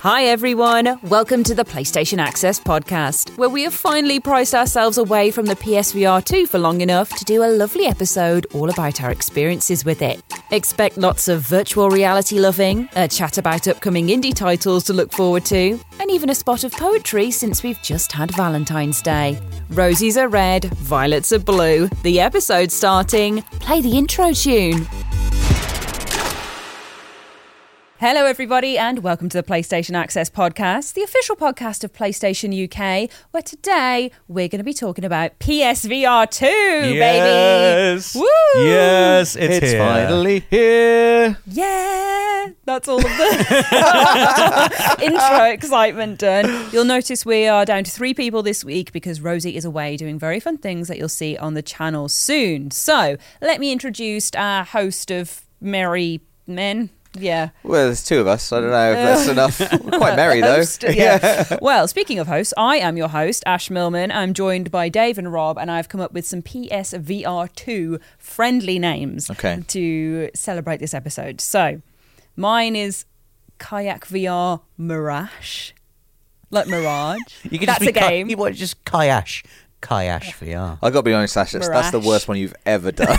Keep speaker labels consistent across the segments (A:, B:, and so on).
A: Hi, everyone. Welcome to the PlayStation Access podcast, where we have finally priced ourselves away from the PSVR 2 for long enough to do a lovely episode all about our experiences with it. Expect lots of virtual reality loving, a chat about upcoming indie titles to look forward to, and even a spot of poetry since we've just had Valentine's Day. Roses are red, violets are blue. The episode starting. Play the intro tune. Hello, everybody, and welcome to the PlayStation Access Podcast, the official podcast of PlayStation UK, where today we're going to be talking about PSVR 2,
B: yes.
A: baby. Woo!
B: Yes, it's,
C: It's
B: here.
C: finally here.
A: Yeah! That's all of the intro excitement done. You'll notice we are down to three people this week because Rosie is away doing very fun things that you'll see on the channel soon. So, let me introduce our host of merry men. Yeah.
C: Well, there's two of us. so I don't know if that's enough. We're quite merry though.
A: Host, yeah. well, speaking of hosts, I am your host, Ash Millman. I'm joined by Dave and Rob, and I've come up with some PSVR2 friendly names
C: Okay.
A: to celebrate this episode. So mine is Kayak VR Mirage. Like Mirage.
B: You can
A: That's
B: just
A: a
B: be ki-
A: game.
B: you want just kayash, kayash VR,
C: I got to be honest, Ash. That's, that's the
A: Mirage.
C: worst one you've ever done.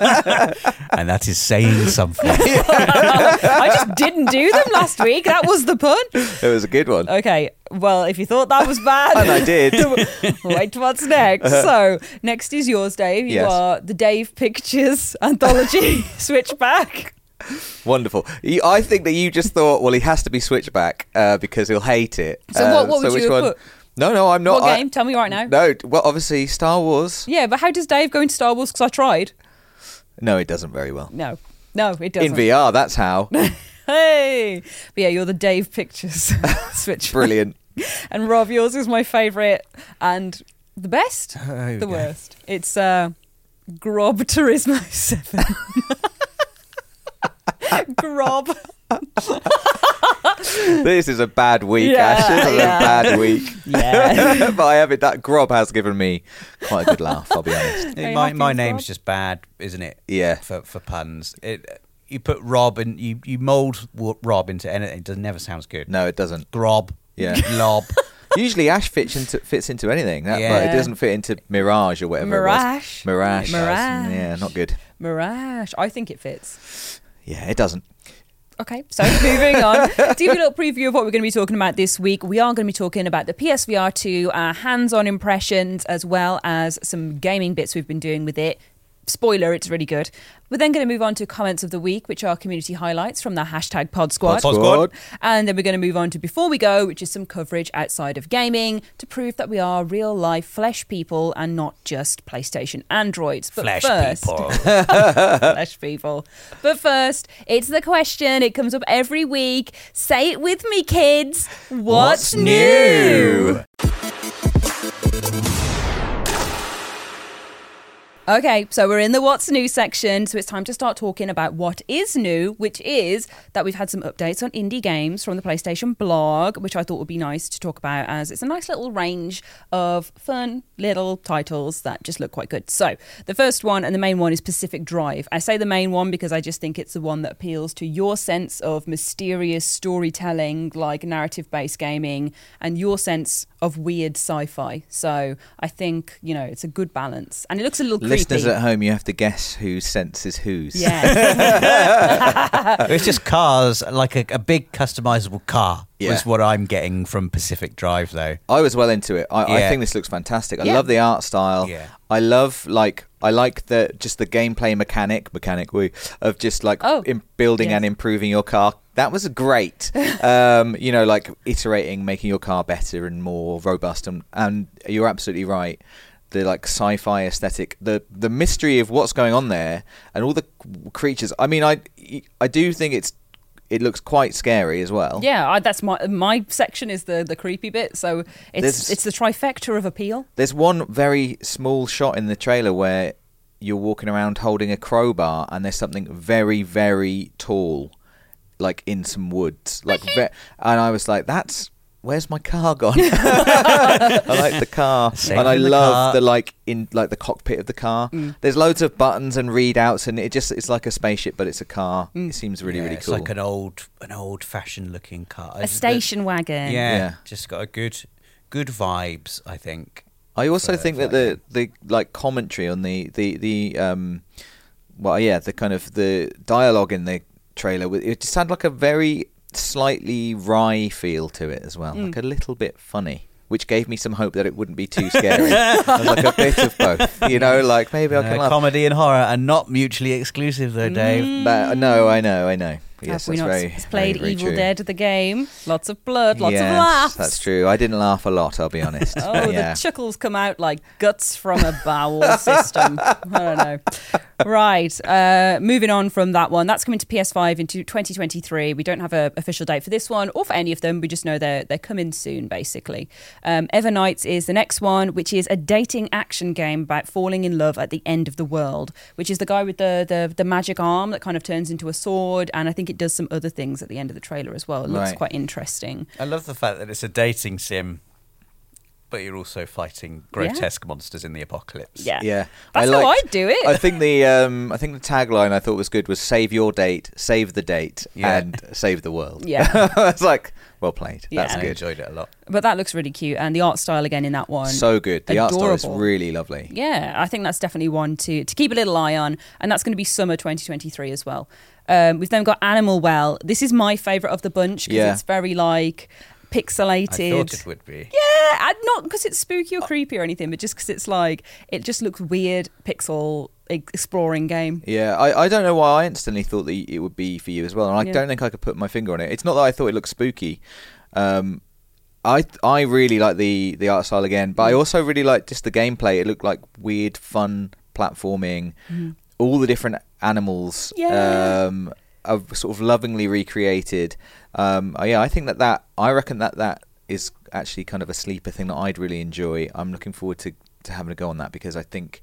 B: and that is saying something.
A: I just didn't do them last week. That was the pun.
C: it was a good one.
A: Okay, well, if you thought that was bad,
C: And I did. Uh-huh.
A: Wait, what's next? So, next is yours, Dave. You
C: Yes.
A: are the Dave Pictures Anthology Switchback.
C: Wonderful. You, I think that you just thought, well, he has to be switchback uh, because he'll hate it.
A: So
C: Uh,
A: what- what would you
C: which
A: have
C: one?
A: put?
C: No, no, I'm not.
A: what
C: I-
A: game? Tell me right now.
C: No, well, obviously Star Wars.
A: Yeah, but how does Dave go into Star Wars? Because I tried.
C: No, it doesn't very well.
A: No, no, it doesn't.
C: In VR, that's how
A: Hey! But yeah, you're the Dave Pictures Switchback.
C: brilliant.
A: And Rob, yours is my favourite and the best,
C: Oh,
B: here we
A: the
B: go.
A: worst. It's uh, Grob Turismo 7. Grob.
C: this is a bad week,
A: Yeah,
C: Ash. This is
A: yeah.
C: a bad week.
A: Yeah.
C: but I have it. That Grob has given me quite a good laugh. I'll be honest.
A: Hey,
B: my
A: Hopkins
B: my
A: Rob.
B: name's just bad, isn't it?
C: Yeah.
B: For for puns, it you put Rob and you you mould w- Rob into anything. It does- never sounds good.
C: No, it doesn't.
B: Grob.
C: Yeah.
B: Lob.
C: Usually Ash fits into fits into anything, that, but
B: Yeah.
C: it doesn't fit into Mirage or whatever.
A: Mirage.
C: It was. Mirage.
A: Mirage.
C: Yeah, not good.
A: Mirage. I think it fits.
C: Yeah, it doesn't.
A: Okay, so moving on. to give you a little preview of what we're going to be talking about this week, we are going to be talking about the PSVR 2, our hands on uh, impressions, as well as some gaming bits we've been doing with it. Spoiler, it's really good. We're then going to move on to comments of the week, which are community highlights from the hashtag Pod Squad.
B: Pod Squad.
A: And then we're going to move on to Before We Go, which is some coverage outside of gaming to prove that we are real life flesh people and not just PlayStation androids. But
B: Flash
A: first,
B: people.
A: flesh people. But first, it's the question. It comes up every week. Say it with me, kids. What's, new? Okay, so we're in the what's new section. So it's time to start talking about what is new, which is that we've had some updates on indie games from the PlayStation blog, which I thought would be nice to talk about as it's a nice little range of fun little titles that just look quite good. So the first one and the main one is Pacific Drive. I say the main one because I just think it's the one that appeals to your sense of mysterious storytelling, like narrative based gaming, and your sense of weird sci fi. So I think, you know, it's a good balance. And it looks a little
C: Listeners
A: creepy.
C: at home, you have to guess who senses whose.
A: yeah.
B: it's just cars, like a, a big customizable car.
C: Yeah.
B: Is what I'm getting from Pacific Drive, though.
C: I was well into it. I,
B: Yeah.
C: I think this looks fantastic. I
A: Yeah.
C: love the art style.
B: Yeah.
C: I love like I like the just the gameplay mechanic mechanic woo, of just like
A: Oh,
C: im- building
A: yes.
C: and improving your car. That was great. um, you know, like iterating, making your car better and more robust. And, and you're absolutely right. The like sci-fi aesthetic, the the mystery of what's going on there, and all the creatures. I mean, I I do think it's it looks quite scary as well.
A: yeah, I, that's my my section is the the creepy bit. So it's
C: There's-
A: it's the trifecta of appeal.
C: There's one very small shot in the trailer where you're walking around holding a crowbar, and there's something very, very tall, like in some woods, like, ve- and I was like, "That's where's my car gone? I like the car,
B: Saving
C: and I
B: the
C: love
B: car.
C: the like in like the cockpit of the car. There's loads of buttons and readouts, and it just it's like a spaceship, but it's a car. It seems really
B: Yeah,
C: really
B: it's
C: cool.
B: like an old, an old-fashioned looking car.
A: A station
B: Yeah,
A: wagon.
C: Yeah.
B: just got a good, good vibes. I think.
C: I also
B: for-
C: think
B: for
C: that the the like commentary on the the the um, well yeah the kind of the dialogue in the trailer w- it just had like a very slightly wry feel to it as well,
A: Mm.
C: like a little bit funny. Which gave me some hope that it wouldn't be too scary. I was like a bit of both, you know. Like maybe I
B: Uh,
C: can laugh.
B: comedy and horror are not mutually exclusive, though, Dave.
C: But uh, no, I know, I know. Yes,
A: Have we
C: that's
A: not
C: very
A: s- played
C: very, very
A: Evil
C: true.
A: Dead the game? Lots of blood, lots
C: yes,
A: of laughs.
C: That's true. I didn't laugh a lot. I'll be honest.
A: Oh,
C: but yeah.
A: the chuckles come out like guts from a bowel system. I don't know. Right. Uh, moving on from that one. That's coming to PS5 into 2023. We don't have an official date for this one or for any of them. We just know they're, they're coming soon, basically. Um, Evernights is the next one, which is a dating action game about falling in love at the end of the world, which is the guy with the, the, the magic arm that kind of turns into a sword. And I think it does some other things at the end of the trailer as well. It looks
C: Right.
A: quite interesting.
B: I love the fact that it's a dating sim, but you're also fighting grotesque monsters in the apocalypse.
A: Yeah.
C: Yeah,
A: That's
C: I
A: how
C: liked-
A: I'd do it.
C: I think the um, I think the tagline I thought was good was "Save your date, save the date,
B: Yeah.
C: and save the world."
A: Yeah.
C: it's like well played.
A: Yeah.
C: That's
B: I
C: good.
B: enjoyed it a lot.
A: But that looks really cute, and the art style again in that one.
C: So good. The art style
A: Adorable.
C: is really lovely.
A: yeah, I think that's definitely one to to keep a little eye on, and that's going to be summer 2023 as well. Um, we've then got Animal Well. This is my favourite of the bunch because
C: Yeah.
A: it's very like
B: I thought
A: pixelated.
B: it would be.
A: Yeah, and not because it's spooky or creepy or anything, but just because it's like it just looks weird pixel e- exploring game.
C: Yeah, I, I don't know why I instantly thought that it would be for you as well, and I
A: Yeah.
C: don't think I could put my finger on it. It's not that I thought it looked spooky. Um, I I really like the the art style again,
A: Mm.
C: but I also really like just the gameplay. It looked like weird, fun platforming. All the different animals
A: Mm. Yeah.
C: um, are sort of lovingly recreated. Um, yeah, I think that that I reckon that that is actually kind of a sleeper thing that I'd really enjoy. I'm looking forward to to having a go on that because I think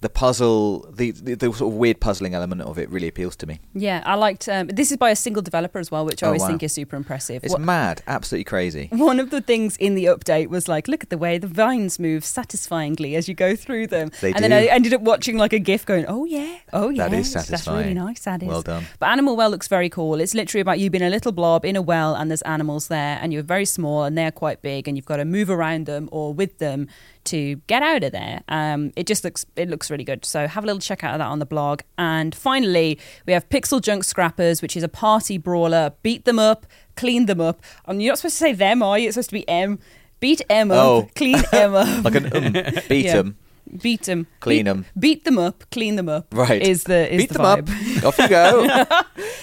C: the puzzle, the, the the sort of weird puzzling element of it, really appeals to me.
A: Yeah, I liked. Um, this is by a single developer as well, which I
C: Oh,
A: always
C: wow.
A: think is super impressive.
C: It's
A: What-
C: mad, absolutely crazy.
A: One of the things in the update was like, look at the way the vines move satisfyingly as you go through them.
C: They
A: and then
C: do.
A: I ended up watching like a GIF going, oh yeah, oh yeah.
C: That is
A: That's really
C: satisfying.
A: nice. That is.
C: Well done.
A: But Animal Well looks very cool. It's literally about you being a little blob in a well and there's animals there and you're very small and they're quite big and you've got to move around them or with them to get out of there. Um, it just looks it looks really good. So have a little check out of that on the blog. And finally, we have Pixel Junk Scrappers, which is a party brawler. Beat them up, clean them up. And you're not supposed to say them, are you? It's supposed to be M. Beat M up,
C: Oh.
A: clean M up.
C: Like an um, beat 'em.
A: Beat them.
C: Clean 'em.
A: Beat them up, clean them up.
C: Right.
A: Is the is
C: beat
A: the
C: them
A: vibe.
C: up. Off you go.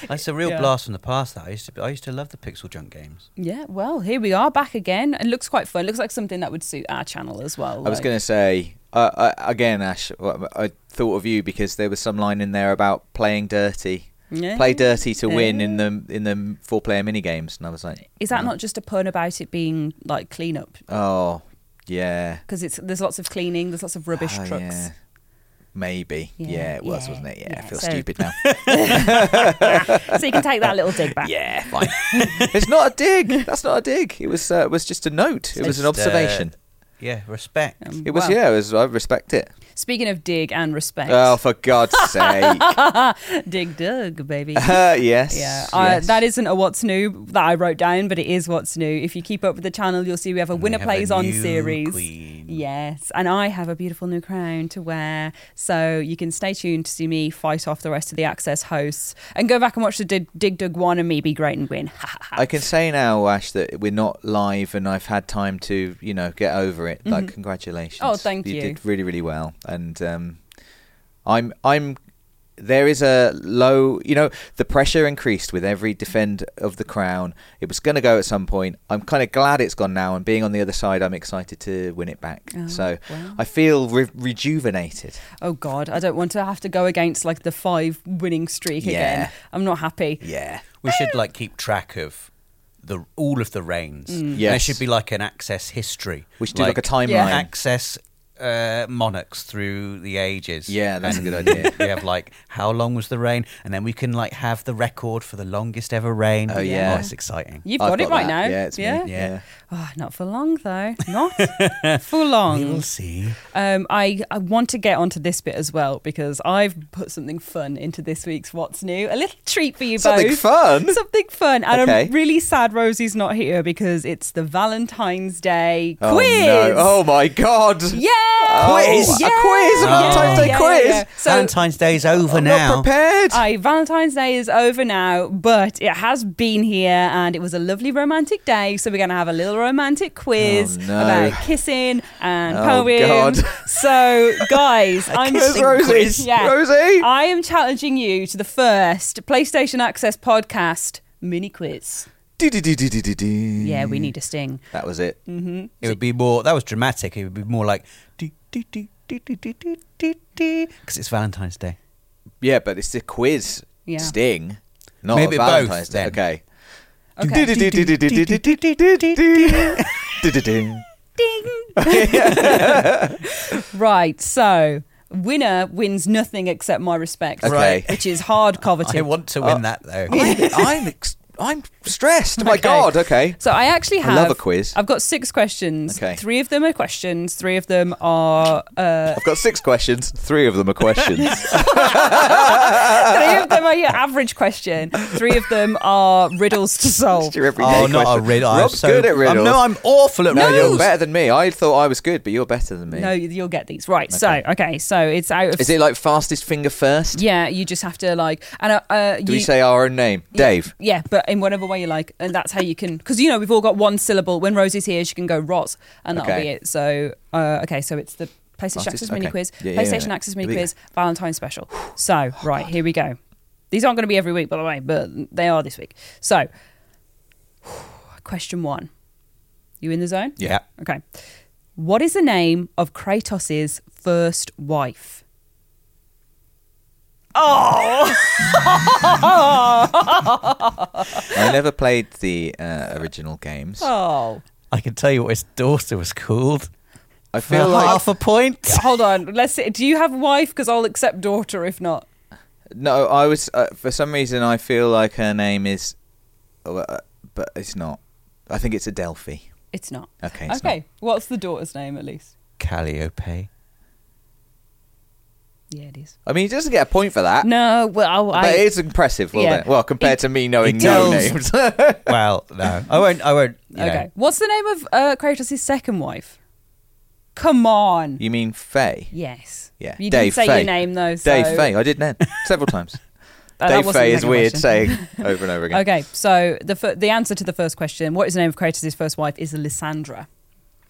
B: That's a real
A: Yeah.
B: blast from the past. That I used to. I used to love the pixel junk games.
A: Yeah, well, here we are back again. It looks quite fun. looks like something that would suit our channel as well.
C: I was going to say uh, I, again, Ash. I I thought of you because there was some line in there about playing dirty,
A: Yeah.
C: play dirty to win in
A: Yeah.
C: the in the four player mini games, and I was like,
A: Is that not just a pun about it being like clean up?
C: oh yeah,
A: Because it's there's lots of cleaning, there's lots of rubbish
C: Ah,
A: trucks.
C: yeah. Maybe,
A: Yeah,
C: yeah, it was,
A: yeah,
C: wasn't it? Yeah,
A: yeah.
C: I feel
A: So-
C: stupid now.
A: So you can take that little dig back.
C: yeah, fine. it's not a dig. That's not a dig. It was uh, it was just a note. It was
B: Just,
C: an
B: uh,
C: observation.
B: Yeah, respect.
A: Um,
C: it was
A: well,
C: yeah. It was, I respect it.
A: Speaking of dig and respect,
C: Oh, for God's sake!
A: dig dug, baby.
C: Uh, yes.
A: Yeah, uh,
C: yes.
A: that isn't a what's new that I wrote down, but it is what's new. If you keep up with the channel, you'll see we have a
B: And we
A: winner
B: have a
A: plays on
B: new
A: series.
B: queen.
A: Yes, and I have a beautiful new crown to wear, so you can stay tuned to see me fight off the rest of the access hosts and go back and watch the Dig, Dig Dug one and me be great and win.
C: I can say now, Ash, that we're not live, and I've had time to, you know, get over it. Like, congratulations!
A: Oh, thank you.
C: You did really, really well, and um, I'm, I'm. There is a low, you know, the pressure increased with every defend of the crown. It was going to go at some point. I'm kind of glad it's gone now, and being on the other side, I'm excited to win it back.
A: Oh,
C: so
A: wow.
C: I feel re- rejuvenated.
A: oh God, I don't want to have to go against like the five winning streak
C: Yeah.
A: again. I'm not happy.
C: Yeah.
B: We should
C: Eh.
B: like keep track of the all of the reigns. And There
C: Yes.
B: should be like an access history.
C: We should do like a timeline.
B: Access uh, monarchs through the ages.
C: Yeah, that's a
B: And
C: good idea.
B: we have like how long was the rain, and then we can like have the record for the longest ever rain.
C: Oh, yeah.
B: it's exciting.
A: You've
C: I've
A: got, it
C: got
A: right
C: that.
A: now.
C: Yeah, it's me. Yeah.
A: Oh, not for long though. Not for long.
B: We'll see.
A: Um, I, I want to get onto this bit as well because I've put something fun into this week's What's New. A little treat for you
C: Something
A: both.
C: fun?
A: Something fun. And
C: Okay.
A: I'm really sad Rosie's not here because it's the Valentine's Day
C: Oh,
A: quiz.
C: no. Oh my god.
A: Yeah!
C: Quiz? A quiz? A Valentine's Day quiz?
A: So
B: Valentine's Day's over
C: I'm
B: now.
C: not prepared.
A: Aye, Valentine's Day is over now, but it has been here and it was a lovely romantic day. So we're going to have a little romantic quiz
C: Oh, no.
A: about kissing and
C: Oh,
A: poems.
C: God.
A: So, guys, I'm
C: kissing Rosie. quiz. Rosie?
A: I am challenging you to the first PlayStation Access podcast mini quiz.
C: Do, do, do, do, do, do, do.
A: Yeah,
C: Mm.
A: we need Mm. a sting.
C: That was it.
B: It would be more. That was dramatic. It would be more like because it's Valentine's Day.
C: Yeah, but it's a quiz.
A: Yeah.
C: Sting. Not
B: Maybe
C: a
B: both,
C: Valentine's Day.
B: then.
C: Okay.
A: Okay.
C: Do, do, do, do, do, do, do, do, do, do, do. Do, do, do.
A: Right, so winner wins nothing except my respect,
C: Okay.
A: which is hard
B: I
A: coveting.
B: want to win that though.
C: I'm I'm ex- I'm stressed. oh My god. Okay.
A: So I actually
C: I
A: have.
C: love a quiz.
A: I've got six questions.
C: Okay.
A: Three of them are questions. Three of them are. Uh,
C: I've got six questions. Three of them are questions.
A: three of them are your average question. Three of them are riddles to solve.
C: Your everyday
B: Oh, not a
C: question.
B: riddle.
C: Rob's
B: I'm so,
C: good at riddles.
B: I'm- no, I'm awful at
C: No, you're
B: riddles.
C: better than me. I thought I was good, but you're better than me.
A: No, you'll get these right. So okay, so it's out of.
C: Is it like fastest finger first?
A: yeah, you just have to like and uh, uh,
C: Do
A: you,
C: we say our own name? Dave.
A: Yeah, but in whatever way you like, and that's how you can because you know we've all got one syllable. When Rosie's here, she can go rot, and that'll
C: Okay.
A: be it. So uh, okay, so it's the PlayStation
C: Artist-
A: Access mini
C: okay.
A: quiz,
C: Yeah, yeah, yeah.
A: PlayStation Access mini
C: Here we Oh,
A: quiz, Valentine's special. So right, here we go. These aren't going to be every week, by the way, but they are this week. So question one, you in the zone?
B: Yeah.
A: Okay. What is the name of Kratos' first wife?
C: I never played the uh, original games.
A: Oh,
B: I can tell you what his daughter was called.
C: I
B: For
C: feel like
B: half a point.
A: hold on. Let's. See. Do you have wife? Because I'll accept daughter if not.
C: no. I was uh, for some reason I feel like her name is, oh, uh, but it's not. I think it's Adelphi.
A: It's not.
C: Okay. It's
A: okay. What's the daughter's name at least?
B: Calliope.
A: Yeah, it is.
C: Not. I mean, he doesn't get a point for that.
A: No, well, I.
C: But it is impressive, wasn't
A: Yeah.
C: it? Well, compared to me knowing
B: it
C: Oh, no
B: tells-
C: names.
B: Well, no, I won't. I won't. You
A: okay.
B: Know.
A: What's the name of uh, Kratos' second wife? Come on.
C: you mean Faye?
A: yes.
C: Yeah.
A: You didn't
C: Dave
A: say
C: Fay.
A: your name though. So.
C: Dave Faye. I did then several times.
A: Uh, that
C: Dave
A: wasn't
C: Faye
A: the
C: is
A: second
C: weird
A: question.
C: saying over and over again.
A: Okay, so the f- the answer to the first question, what is the name of Kratos' first wife, is Lysandra.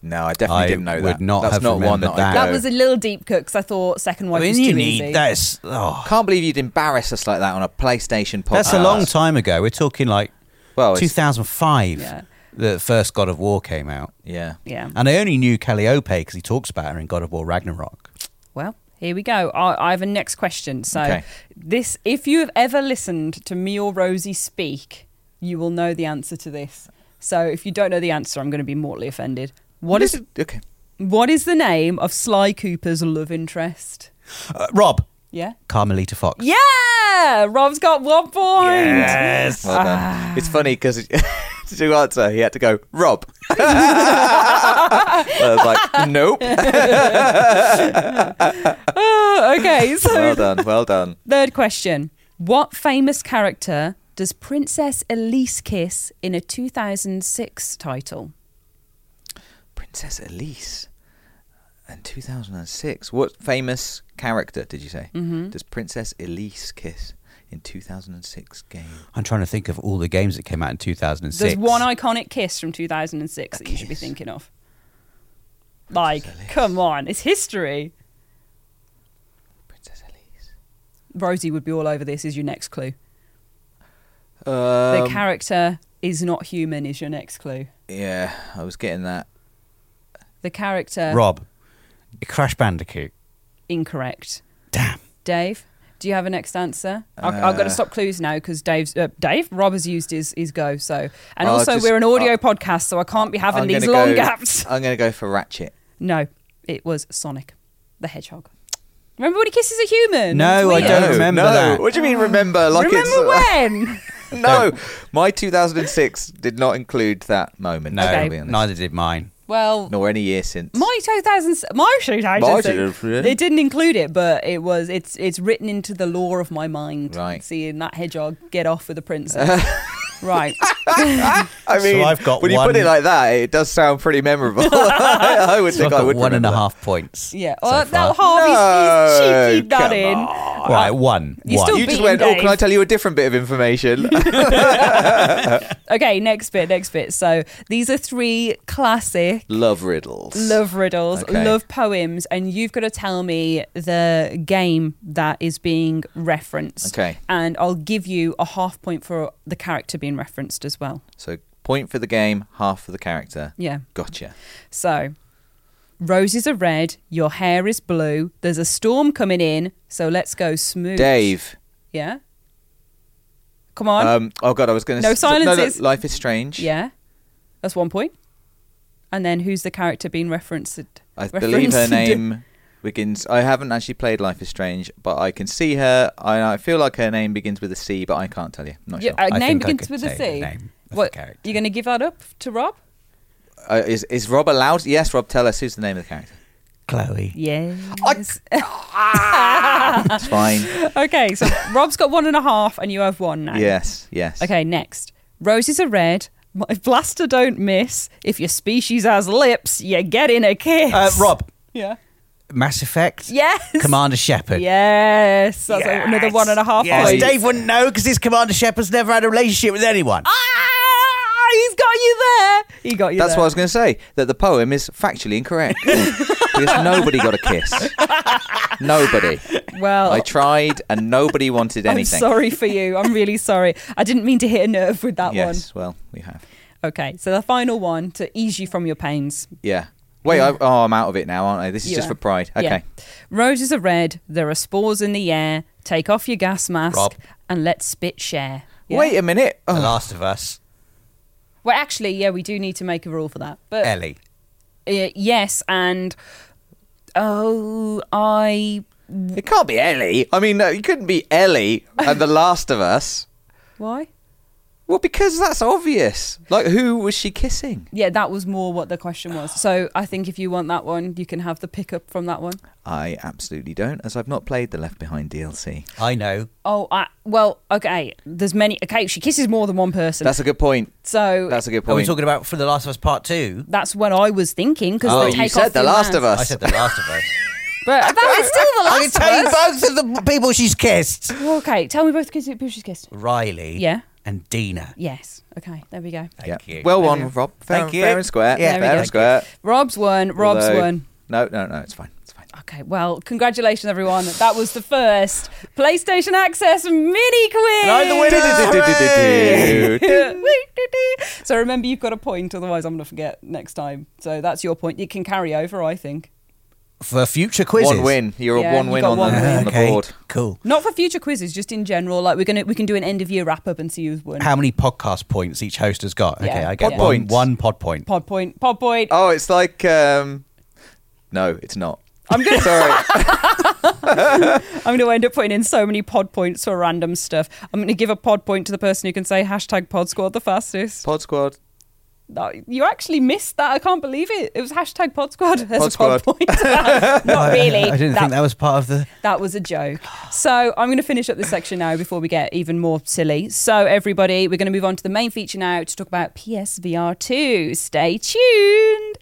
C: No, I definitely
B: I
C: didn't know
B: would
C: that.
B: not
C: That's
B: have
C: not one
B: remembered
C: that,
B: that.
C: I
A: That
C: know.
A: was a little deep cut because I thought second
B: I
A: wife
B: mean,
A: was
B: you
A: too
B: need
A: easy.
B: that's. Oh,
C: Can't believe you'd embarrass us like that on a PlayStation podcast.
B: that's a long time ago. We're talking like
C: Well, Oh, it's-
B: 2005.
A: Yeah.
B: The first God of War came out,
C: Yeah.
A: Yeah.
B: and I only knew Calliope because he talks about her in God of War Ragnarok.
A: Well, here we go. I, I have a next question. So,
C: Okay.
A: this, if you have ever listened to me or Rosie speak, you will know the answer to this. So, if you don't know the answer, I'm going to be mortally offended. What is
C: Okay.
A: what is the name of Sly Cooper's love interest?
B: Uh, Rob,
A: Yeah.
B: Carmelita Fox.
A: Yeah, Rob's got one point.
B: Yes.
C: Well done. It's funny because to answer, he had to go Rob. I was like, nope.
A: Oh, okay, so
C: Well done. Well done.
A: third question: What famous character does Princess Elise kiss in a 2006 title?
C: Princess Elise. And 2006. What famous character did you say? Does Princess Elise kiss in 2006 game?
B: I'm trying to think of all the games that came out in 2006.
A: There's one iconic kiss from 2006 that you should be
C: kiss.
A: thinking of. Like,
C: Elise.
A: come on, it's history.
C: Princess Elise.
A: Rosie would be all over this. Is your next clue?
C: Um,
A: the character is not human. Is your next clue?
C: yeah, I was getting that.
A: The character
B: Rob, Crash Bandicoot.
A: incorrect.
B: Damn.
A: Dave, do you have a next answer? I I've got to
C: Uh,
A: stop clues now because Dave's uh, Dave Rob has used his, his go. So, and
C: I'll
A: also
C: just-
A: we're an audio
C: I-
A: podcast, so I can't be having
C: I'm
A: these
C: gonna
A: long
C: go-
A: gaps.
C: I'm going to go for Ratchet.
A: No, It was Sonic the Hedgehog. Remember when he kisses a human?
B: No,
A: It's weird.
B: I don't remember
C: no.
B: that.
C: What do you mean remember? Like
A: Remember
C: it's,
A: when?
C: No, my 2006 did not include that moment.
B: No,
C: to
A: Okay.
C: be honest.
B: neither did mine.
A: well,
C: nor any year since.
A: my 2000, my 2000,
C: My 2000.
A: it didn't include it, but it was it's it's written into the lore of my mind.
C: Right.
A: seeing that hedgehog get off with the princess. right,
C: I mean,
B: I've got
C: when you put
B: one-
C: it like that, it does sound pretty memorable. I would
B: So I've
C: think I
B: got
C: would
B: one and a
C: remember
B: half points.
A: yeah.
B: so
A: Well,
B: far.
A: that Harvey's
C: No,
A: Oh, he's cheeky
C: come
A: nodding.
B: Right, one.
A: You
B: one.
A: still
C: that. You just
A: beating
C: went, oh, can I
A: Dave.
C: tell you a different bit of information?
A: Okay, next bit, next bit. So these are three classic
C: Love riddles.
A: love riddles,
C: Okay.
A: love poems, and you've got to tell me the game that is being referenced.
C: Okay.
A: And I'll give you a half point for the character being referenced as well.
C: So point for the game, half for the character.
A: Yeah.
C: Gotcha.
A: So roses are red, your hair is blue, there's a storm coming in, so let's go smooth.
C: Dave.
A: Yeah. Come on.
C: Um, oh God, I was going to.
A: No
C: No,
A: silences.
C: life is strange.
A: yeah. That's one point. And then who's the character being referenced?
C: I believe her
A: referenced?
C: name begins. I haven't actually played Life is Strange, but I can see her. I, I feel like her name begins with a C, but I can't tell you. I'm not
A: Yeah,
C: sure.
A: uh,
B: I
A: name
B: think I
A: begins
B: could
A: with a
B: say
A: C.
B: the name of the
A: what
B: character.
A: you're going to give that up to Rob?
C: Uh, is is Rob allowed? Yes, Rob. Tell us who's the name of the character.
B: Chloe.
A: Yes.
C: It's fine.
A: Uh, okay, so Rob's got one and a half, and you have one now.
C: yes, yes.
A: Okay, next. Roses are red. My blaster don't miss. If your species has lips, you're getting a kiss.
B: Uh, Rob,
A: Yeah.
B: Mass Effect.
A: Yes.
B: Commander Shepard.
A: Yes. That's another one and a half.
B: Yes.
A: points.
B: Dave wouldn't know because his Commander Shepard's never had a relationship with anyone.
A: Ah, he's got you there. He got you
C: That's what
A: there.
C: I was going to say. That the poem is factually incorrect because nobody got a kiss. Nobody.
A: Well,
C: I tried, and nobody wanted
A: Oh. I'm
C: anything.
A: sorry for you. I'm really sorry. I didn't mean to hit a nerve with that one.
C: Yes. Well, we have.
A: Okay, so the final one to ease you from your pains.
C: Yeah. Wait. I, oh, I'm out of it now, aren't I? This is
A: You
C: just
A: are.
C: for pride. Okay.
A: Yeah. Roses are red, there are spores in the air. Take off your gas mask
B: Rob.
A: and let's spit share. Yeah?
C: Wait a minute.
B: The
C: Oh,
B: Last of Us.
A: Well, actually, yeah, we do need to make a rule for that.
C: Eh.
A: But
B: Ellie.
A: uh, yes, and oh, I
C: it can't be Ellie. I mean, no, it couldn't be Ellie and The Last of Us.
A: why?
C: Well, because that's obvious. Like, who was she kissing?
A: Yeah, that was more what the question was. So I think if you want that one, you can have the pickup from that one.
C: I absolutely don't, as I've not played the Left Behind DLC.
B: I know.
A: Oh, I, well, okay. There's many. Okay, she kisses more than one person.
C: That's a good point.
A: so
C: That's a good
B: Are we
C: point.
B: talking about for The Last of Us Part 2?
A: that's what I was thinking because
C: Oh,
A: they
C: you
A: take
C: said
A: off
C: The
A: your
C: Last of
A: mask.
C: Us.
B: I said The Last of Us.
A: But that is still the
B: I can
A: last
B: tell you
A: of us.
B: both of the people she's kissed.
A: Okay, tell me both kids who she's kissed.
B: Riley.
A: Yeah.
B: And Dina.
A: Yes. Okay, there we go.
B: Thank you.
C: Well
A: There we
C: won, Rob. Fair,
B: Thank you.
C: fair and square.
B: Yeah,
A: There we
C: fair
A: go.
C: and square.
A: Rob's won. Rob's
C: Although-
A: won.
C: No, no, no. It's fine. It's fine.
A: Okay, well, congratulations, everyone. That was the first PlayStation Access mini quiz.
B: And I'm the winner. Hooray!
A: so remember, you've got a point, otherwise, I'm going to forget next time. So that's your point. You can carry over, I think.
B: For future quizzes.
C: One win. You're
A: Yeah,
C: a one
A: you
C: win
A: got
C: on,
A: one
C: the,
A: win.
C: on the
B: Okay,
C: board.
B: Cool.
A: Not for future quizzes, just in general. Like we're gonna, we can do an end of year wrap up and see who's won.
B: How many podcast points each host has got? Okay,
A: Yeah.
B: I get
C: Pod
B: one,
C: points.
B: one pod point.
A: pod point, pod point.
C: Oh, it's like. Um, no, it's not.
A: I'm gonna
C: Sorry.
A: I'm going to end up putting in so many pod points for random stuff. I'm going to give a pod point to the person who can say hashtag pod squad the fastest.
C: Pod Squad.
A: No, you actually missed that. I can't believe it. It was hashtag pod squad. There's
C: Pod
A: a pod
C: squad.
A: point. Not really.
B: I didn't think that was part of the.
A: That was a joke. So I'm going to finish up this section now before we get even more silly. So, everybody, we're going to move on to the main feature now to talk about PSVR 2. Stay tuned.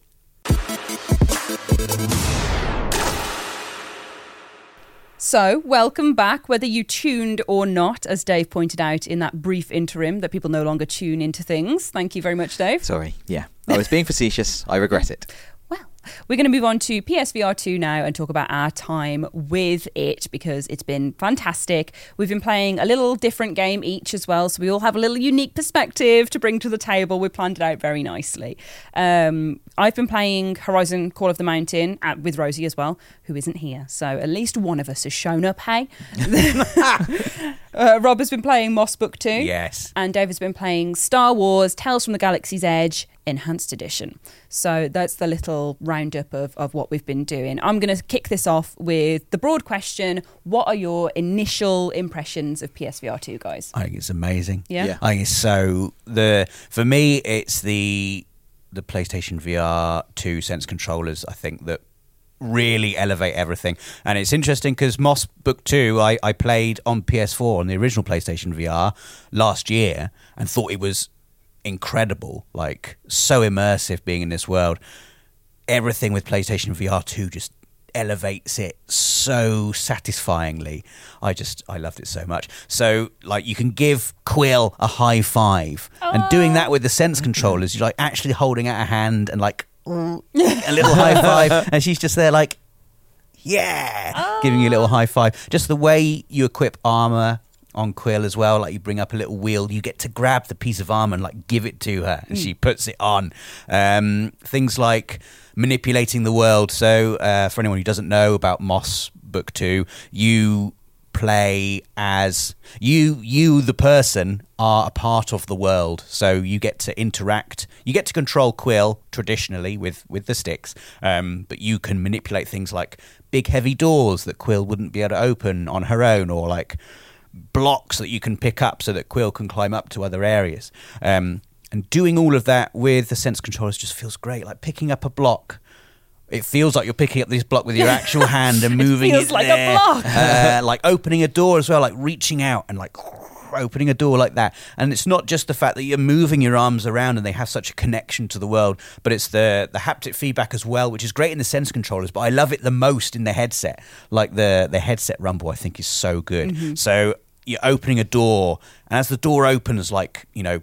A: So, welcome back, whether you tuned or not, as Dave pointed out in that brief interim that people no longer tune into things. Thank you very much, Dave.
C: Sorry. Yeah. I was being facetious. I regret it.
A: Well, we're going to move on to PSVR 2 now and talk about our time with it because it's been fantastic. We've been playing a little different game each as well, so we all have a little unique perspective to bring to the table. We planned it out very nicely. Um, I've been playing Horizon Call of the Mountain uh, with Rosie as well, who isn't here, so at least one of us has shown up, hey? Uh, Rob has been playing Moss Book 2.
B: Yes.
A: And David's been playing Star Wars Tales from the Galaxy's Edge Enhanced Edition. So that's the little roundup of, of what we've been doing. I'm going to kick this off with the broad question What are your initial impressions of PSVR 2, guys?
B: I think it's amazing.
A: Yeah.
C: Yeah.
B: I think it's so the for me it's the the PlayStation VR two sense controllers I think that really elevate everything and it's interesting because Moss Book Two I, I played on PS4 on the original PlayStation VR last year and thought it was incredible like so immersive being in this world everything with PlayStation VR two just elevates it so satisfyingly. I just I loved it so much. So like you can give Quill a high five, and doing that with the sense controllers, you're like actually holding out a hand and like a little high five, and she's just there like, yeah, giving you a little high five. Just the way you equip armor on Quill as well, like you bring up a little wheel, you get to grab the piece of armor and like give it to her, and she puts it on. Um, things like manipulating the world. So, uh, for anyone who doesn't know about Moss Book Two, you play as you you the person are a part of the world so you get to interact you get to control quill traditionally with with the sticks um, but you can manipulate things like big heavy doors that quill wouldn't be able to open on her own or like blocks that you can pick up so that quill can climb up to other areas um, and doing all of that with the sense controllers just feels great like picking up a block it feels like you're picking up this block with your actual hand and moving
A: feels
B: it
A: like a
B: there.
A: block.
B: Uh, like opening a door as well, like reaching out and like opening a door like that. And it's not just the fact that you're moving your arms around and they have such a connection to the world, but it's the the haptic feedback as well, which is great in the sense controllers, but I love it the most in the headset. Like the the headset rumble, I think is so good. So you're opening a door, and as the door opens, like you know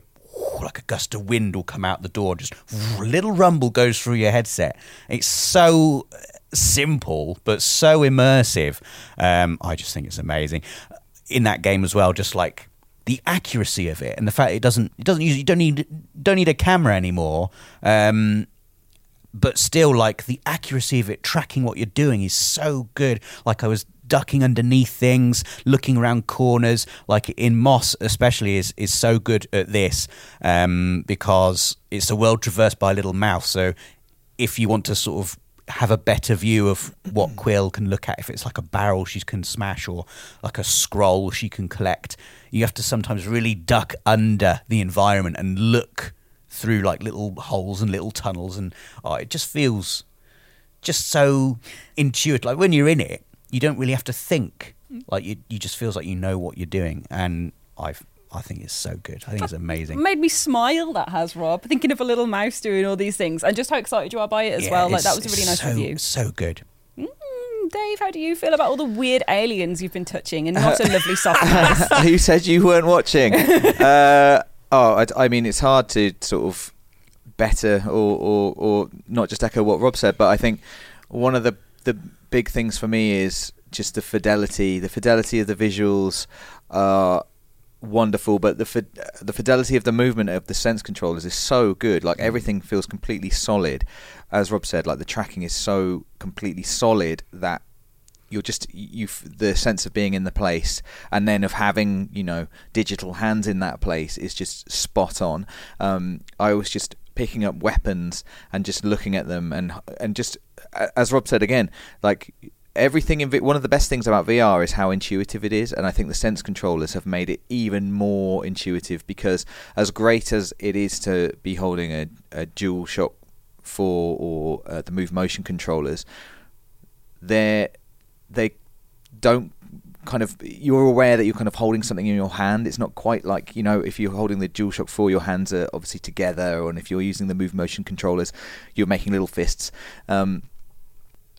B: like a gust of wind will come out the door, just a little rumble goes through your headset. It's so uh, simple, but so immersive. Um, I just think it's amazing. In that game as well, just like the accuracy of it and the fact it doesn't it doesn't use you don't need don't need a camera anymore. Um, but still like the accuracy of it tracking what you're doing is so good like i was ducking underneath things looking around corners like in moss especially is is so good at this um because it's a world traversed by a little mouse so if you want to sort of have a better view of what quill can look at if it's like a barrel she can smash or like a scroll she can collect you have to sometimes really duck under the environment and look through like little holes and little tunnels, and oh, it just feels just so intuitive. Like when you're in it, you don't really have to think.
A: Mm.
B: Like you, you just feels like you know what you're doing, and I've. I think it's so good. I think it's amazing.
A: Made me smile. That has Rob thinking of a little mouse doing all these things, and just how excited you are by it as
B: Yeah,
A: well. Like
B: it's-
A: that was a
B: it's
A: really nice
B: so,
A: review.
B: So good.
A: Mm, Dave, how do you feel about all the weird aliens you've been touching and not a lovely soft place?
C: Who said you weren't watching? uh, oh, I, I mean, it's hard to sort of better or, or, or not just echo what Rob said, but I think one of the the big things for me is just the fidelity. The fidelity of the visuals are wonderful, but the fid- the fidelity of the movement of the sense controllers is so good. Like everything feels completely solid. As Rob said, like the tracking is so completely solid that you're just you f- the sense of being in the place and then of having you know digital hands in that place is just spot on um i was just picking up weapons and just looking at them and and just a- as rob said again like everything in v- one of the best things about vr is how intuitive it is and i think the sense controllers have made it even more intuitive because as great as it is to be holding a, a dual shock 4 or uh, the move motion controllers they they don't kind of you're aware that you're kind of holding something in your hand it's not quite like you know if you're holding the DualShock 4 your hands are obviously together and if you're using the move motion controllers you're making little fists um,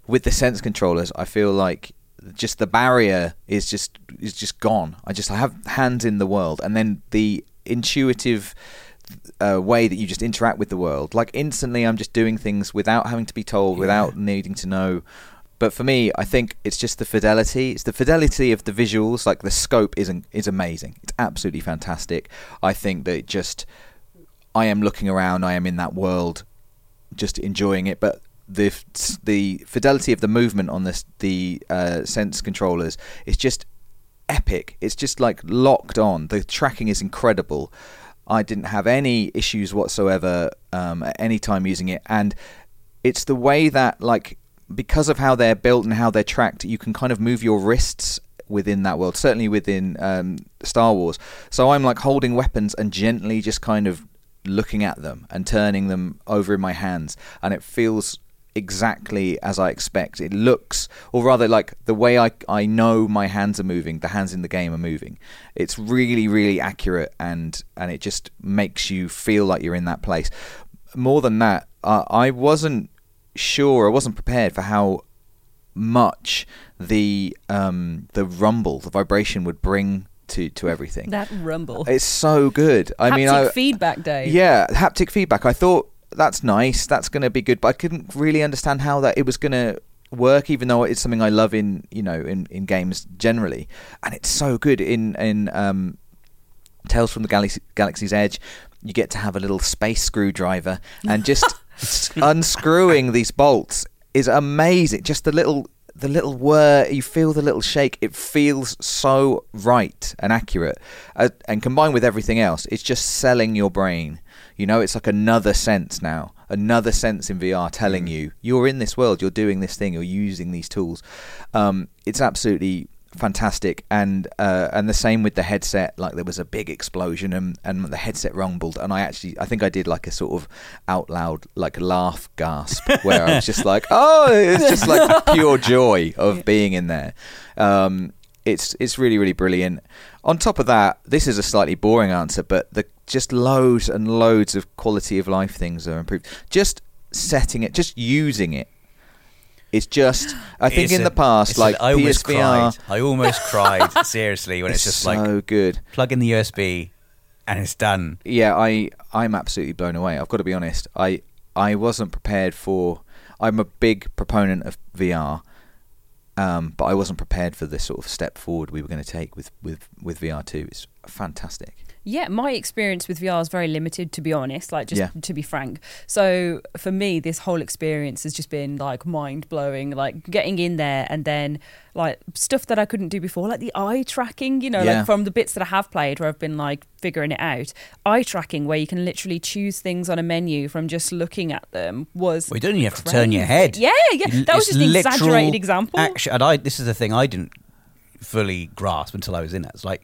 C: with the sense controllers I feel like just the barrier is just is just gone I just I have hands in the world and then the intuitive uh, way that you just interact with the world like instantly I'm just doing things without having to be told without needing to know but for me, I think it's just the fidelity. It's the fidelity of the visuals. Like the scope isn't is amazing. It's absolutely fantastic. I think that it just I am looking around. I am in that world, just enjoying it. But the f- the fidelity of the movement on this the uh, sense controllers is just epic. It's just like locked on. The tracking is incredible. I didn't have any issues whatsoever um, at any time using it, and it's the way that like because of how they're built and how they're tracked, you can kind of move your wrists within that world. Certainly within um, Star Wars. So I'm like holding weapons and gently just kind of looking at them and turning them over in my hands, and it feels exactly as I expect. It looks, or rather, like the way I, I know my hands are moving, the hands in the game are moving. It's really, really accurate, and and it just makes you feel like you're in that place. More than that, uh, I wasn't sure, I wasn't prepared for how much the um, the rumble, the vibration would bring to to everything.
A: That rumble.
C: It's so good. I mean,
A: Haptic
C: I,
A: feedback day.
C: yeah, haptic feedback. I thought that's nice. That's going to be good, but I couldn't really understand how that it was going to work. Even though it's something I love in you know in, in games generally, and it's so good in in um, Tales from the Galaxy, Galaxy's Edge. You get to have a little space screwdriver and just s- unscrewing these bolts is amazing. Just the little the little whir, you feel the little shake. It feels so right and accurate, uh, and combined with everything else, it's just selling your brain. You know, it's like another sense now, another sense in VR telling you you're in this world, you're doing this thing, you're using these tools. Um, it's absolutely fantastic, and uh, and the same with the headset. Like there was a big explosion, and and the headset rumbled, and I actually I think I did like a sort of out loud like laugh gasp where I was just like, oh, it's just like pure joy of being in there. Um, it's it's really really brilliant. On top of that, this is a slightly boring answer, but the just loads and loads of quality of life things are improved. Just setting it, just using it. It's just I think
B: It's
C: in
B: a-
C: the past
B: it's a-
C: like
B: I almost
C: PSVR
B: cried. I almost cried seriously when it's, just
C: so
B: like
C: good.
B: plug in the USB and it's done.
C: Yeah, I I'm absolutely blown away. I've got to be honest. I I wasn't prepared for. I'm a big proponent of VR, um, but I wasn't prepared for this sort of step forward we were going to take with with with VR two. It's fantastic.
A: Yeah, my experience with VR is very limited, to be honest, like just
C: Yeah.
A: to be frank. So for me, this whole experience has just been like mind blowing, like getting in there and then like stuff that I couldn't do before, like the eye tracking, you know,
C: Yeah.
A: like from the bits that I have played where I've been like figuring it out. Eye tracking, where you can literally choose things on a menu from just looking at them, was.
B: Well, you don't even have to turn your head.
A: Yeah, yeah.
B: You-
A: That was
B: it's
A: just an
B: literal
A: exaggerated example.
B: Action. And I, this is the thing I didn't fully grasp until I was in it. It's like,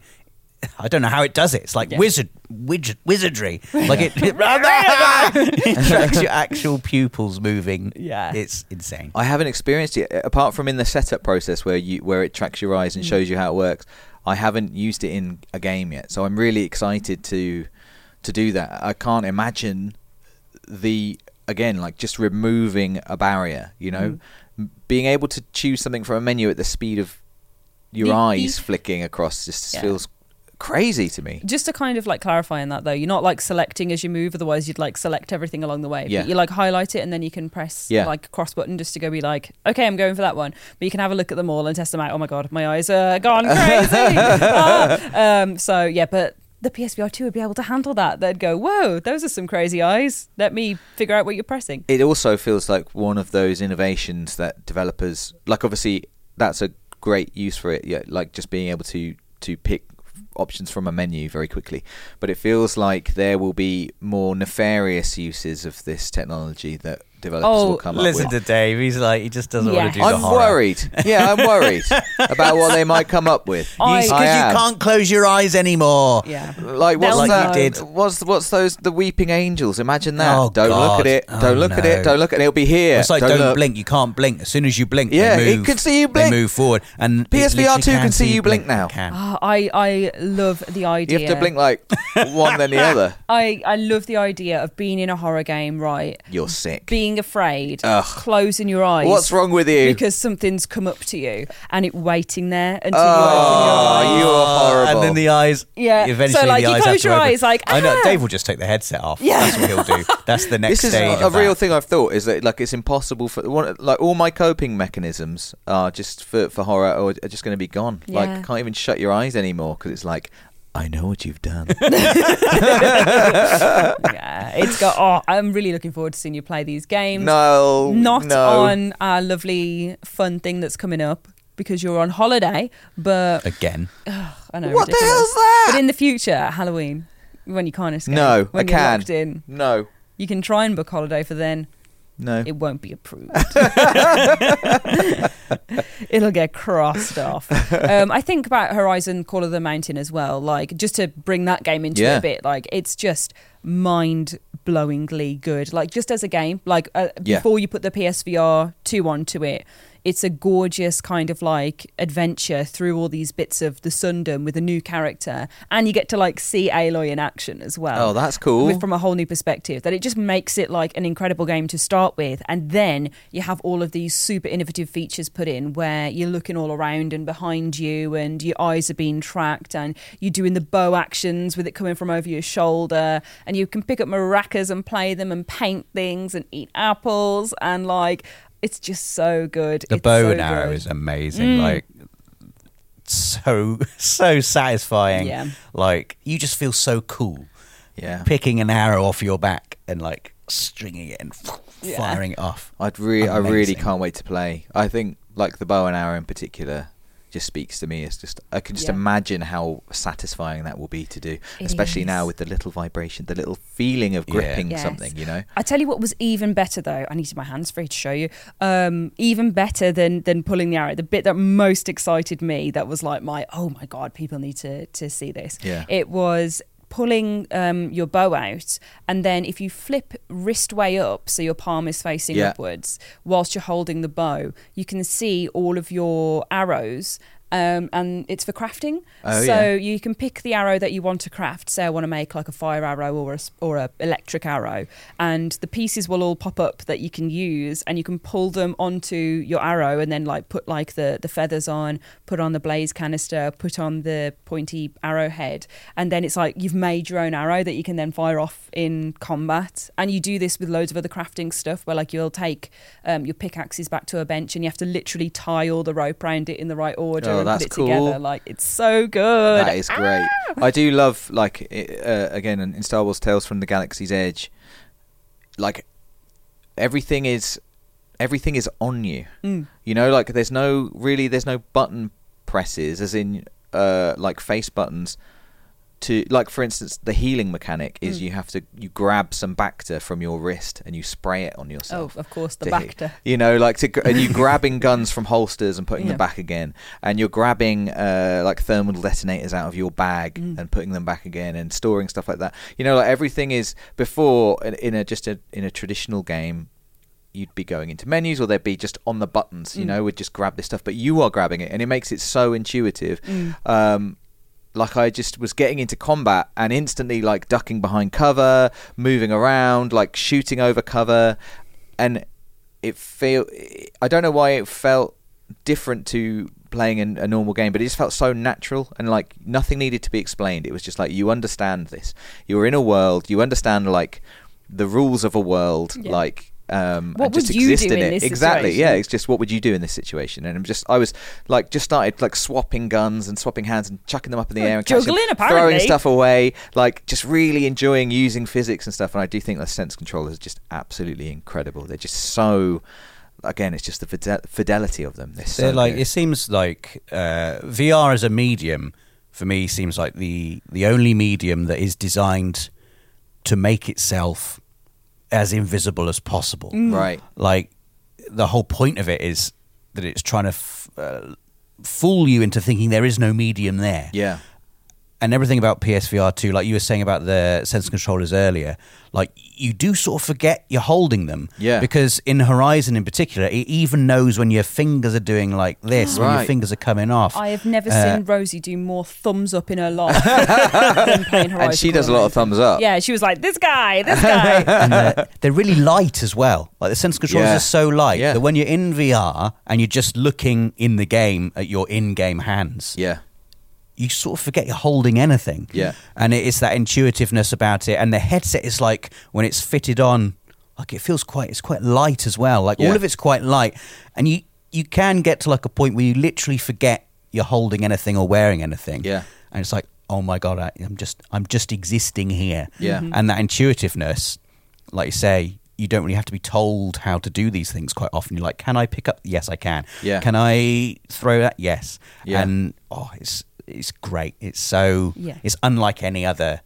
B: I don't know how it does it. It's like
A: Yeah.
B: wizard, wizard, wizardry. Like it, it tracks your actual pupils moving.
A: Yeah.
B: It's insane.
C: I haven't experienced it uh, apart from in the setup process where you where it tracks your eyes and shows you how it works. I haven't used it in a game yet, so I'm really excited to to do that. I can't imagine the again like just removing a barrier, you know, M being able to choose something from a menu at the speed of your
A: Beep,
C: eyes
A: beep.
C: flicking across just
A: Yeah.
C: feels crazy to me.
A: Just to kind of like clarify on that though, you're not like selecting as you move, otherwise you'd like select everything along the way.
C: Yeah.
A: But you like highlight it and then you can press
C: Yeah.
A: like cross button just to go be like, okay, I'm going for that one. But you can have a look at them all and test them out. Oh my god, my eyes are gone crazy. Ah. Um, so yeah, but the PSVR two would be able to handle that. They'd go, whoa, those are some crazy eyes. Let me figure out what you're pressing.
C: it also feels like one of those innovations that developers like obviously that's a great use for it yeah like just being able to to pick options from a menu very quickly but it feels like there will be more nefarious uses of this technology that developers
A: Oh,
C: will come up
B: Listen
C: with
B: to Dave. He's like, he just doesn't want
A: Yeah.
B: to do the
C: I'm
B: horror.
C: worried. Yeah, I'm worried about what they might come up with.
A: I-
B: Because you
A: I
B: can't close your eyes anymore.
A: Yeah.
C: Like what's
A: They'll
C: that?
A: know.
B: Like you did.
C: What's what's those? The weeping angels. Imagine that.
B: Oh,
C: don't
B: God.
C: look at it.
B: Oh,
C: Don't look at it.
B: no.
C: Don't look at it. It'll be here.
B: It's like
C: don't
B: don't,
C: look.
B: blink. You can't blink. As soon as you blink,
C: Yeah,
B: they
C: it
B: move,
C: can see you blink.
B: They move forward, and it
C: PSVR
B: literally
C: two can see you blink now.
B: It can.
A: Ah, I I love the
C: You
A: idea.
C: have to blink like one then the other.
A: I, I love the idea of being in a horror game, right?
C: You're sick.
A: Being afraid,
C: Ugh.
A: closing your eyes.
C: What's wrong with you?
A: because something's come up to you and it waiting there until
C: Oh,
A: you open your eyes.
C: you are horrible.
B: And then the eyes.
A: Yeah,
B: Eventually,
A: so, like,
B: the
A: you
B: eyes
A: close
B: have to
A: your
B: open.
A: eyes, like,
B: I know.
A: ah.
B: Dave will just take the headset off.
A: Yeah.
B: That's what he'll do. That's the next
C: this is
B: stage.
C: a, a
B: of
C: real
B: that.
C: thing I've thought is that like it's impossible for one, like all my coping mechanisms are just for for horror or are just going to be gone.
A: Yeah.
C: Like can't even shut your eyes anymore because it's like I know what you've done.
A: yeah, it's got. Oh, I'm really looking forward to seeing you play these games.
C: no,
A: Not
C: no.
A: on our lovely fun thing that's coming up. because you're on holiday. But
B: again.
A: I know.
C: What the
A: ridiculous.
C: hell's that?
A: But in the future, at Halloween, when you can't escape,
C: No,
A: when
C: I
A: you're
C: can.
A: locked in,
C: No,
A: you can try and book holiday for then.
C: no.
A: It won't be approved. It'll get crossed off. Um, I think about Horizon Call of the Mountain as well. Like just to bring that game into it
C: Yeah.
A: a bit. Like it's just mind blowingly good. Like just as a game. Like uh,
C: Yeah.
A: before you put the PSVR two onto it. It's a gorgeous kind of like adventure through all these bits of the Sundom with a new character, and you get to like see Aloy in action as well
C: oh, that's cool.
A: with- from a whole new perspective that it just makes it like an incredible game to start with and then you have all of these super innovative features put in where you're looking all around and behind you and your eyes are being tracked and you're doing the bow actions with it coming from over your shoulder and you can pick up maracas and play them and paint things and eat apples and like it's just so good
B: The
A: It's
B: bow
A: so
B: and arrow
A: good. Mm.
B: is amazing. Like so so satisfying.
A: Yeah.
B: Like you just feel so cool
C: Yeah.
B: picking an arrow off your back and like stringing it and
A: Yeah.
B: firing it off.
C: I'd really, I really
B: Amazing.
C: can't wait to play. I think like the bow and arrow in particular just speaks to me. It's just I can just
A: Yeah.
C: imagine how satisfying that will be to do,
A: It
C: especially now
A: is.
C: with the little vibration, the little feeling of
B: Yeah.
C: gripping
A: Yes.
C: something. You know,
A: I tell you what was even better though. I needed my hands free to show you. Um, even better than than pulling the arrow. The bit that most excited me that was like my oh my god, people need to to see this.
C: Yeah.
A: It was pulling um, your bow out and then if you flip wrist way up so your palm is facing
C: Yeah.
A: upwards whilst you're holding the bow you can see all of your arrows um, and it's for crafting
C: Oh,
A: so
C: yeah.
A: you can pick the arrow that you want to craft. Say I want to make like a fire arrow or a s- or a electric arrow, and the pieces will all pop up that you can use, and you can pull them onto your arrow, and then like put like the the feathers on, put on the blaze canister, put on the pointy arrowhead, and then it's like you've made your own arrow that you can then fire off in combat. And you do this with loads of other crafting stuff, where like you'll take um, your pickaxes back to a bench, and you have to literally tie all the rope around it in the right order
C: Oh,
A: and
C: that's
A: put it
C: cool.
A: together. Like it's so good. Ah!
C: that is great. I do love like i- uh, again in in Star Wars Tales from the Galaxy's Edge, like everything is everything is on you.
A: Mm.
C: You know, like there's no really there's no button presses, as in uh, like face buttons. To like, for instance, the healing mechanic
A: Mm.
C: is you have to you grab some Bacta from your wrist and you spray it on yourself.
A: Oh, of course, the
C: to hit-
A: Bacta.
C: You know, like to gr- and you grabbing guns from holsters and putting
A: Yeah.
C: them back again, and you're grabbing uh, like thermal detonators out of your bag and putting them back again, and storing stuff like that. You know, like everything is before in- in a just a in a traditional game. You'd be going into menus, or they'd be just on the buttons. You know, would just grab this stuff, but you are grabbing it, and it makes it so intuitive. Um, like I just was getting into combat and instantly like ducking behind cover, moving around, like shooting over cover, and it feel I don't know why it felt different to playing an, a normal game, but it just felt so natural and like nothing needed to be explained. It was just like you understand this. You're in a world. You understand like the rules of a world.
A: Yeah.
C: Like um,
A: What
C: and just
A: would you
C: exist
A: do
C: in
A: in
C: it
A: this
C: exactly.
A: situation?
C: Yeah, it's just what would you do in this situation? And I'm just I was like just started like swapping guns and swapping hands and chucking them up in the
A: Oh,
C: air and catching-
A: juggling, apparently.
C: throwing stuff away, like just really enjoying using physics and stuff. And I do think the sense controllers are just absolutely incredible. They're just so. Again, it's just the fidel- fidelity of them. They're so
B: So like
C: good.
B: it seems like uh, VR as a medium for me seems like the the only medium that is designed to make itself as invisible as possible.
C: Mm. right.
B: Like the whole point of it is that it's trying to f- uh, fool you into thinking there is no medium there
C: Yeah.
B: and everything about PSVR 2, like you were saying about the sensor controllers earlier, like you do sort of forget you're holding them.
C: Yeah.
B: Because in Horizon in particular, it even knows when your fingers are doing like this, when your
C: Right.
B: fingers are coming off.
A: I have never
B: Uh,
A: seen Rosie do more thumbs up in her life than playing Horizon.
C: And she does a
A: Call
C: lot
A: of
C: of thumbs up.
A: Duty. Yeah, she was like, this guy, this guy.
B: and they're, they're really light as well. Like the sensor controllers
C: Yeah.
B: are so light
C: Yeah.
B: that when you're in VR and you're just looking in the game at your in-game hands,
C: Yeah.
B: you sort of forget you're holding anything.
C: Yeah.
B: And it is that intuitiveness about it. And the headset is like when it's fitted on, like it feels quite it's quite light as well. Like all
C: Yeah.
B: of it's quite light. And you you can get to like a point where you literally forget you're holding anything or wearing anything.
C: Yeah.
B: And it's like, oh my God, I, I'm just I'm just existing here.
C: Yeah. Mhm.
B: And that intuitiveness, like you say, you don't really have to be told how to do these things quite often. You're like, can I pick up? Yes, I can.
C: Yeah.
B: Can I throw that? Yes.
C: Yeah.
B: And oh, it's it's great. It's so
A: Yeah.
B: it's unlike any other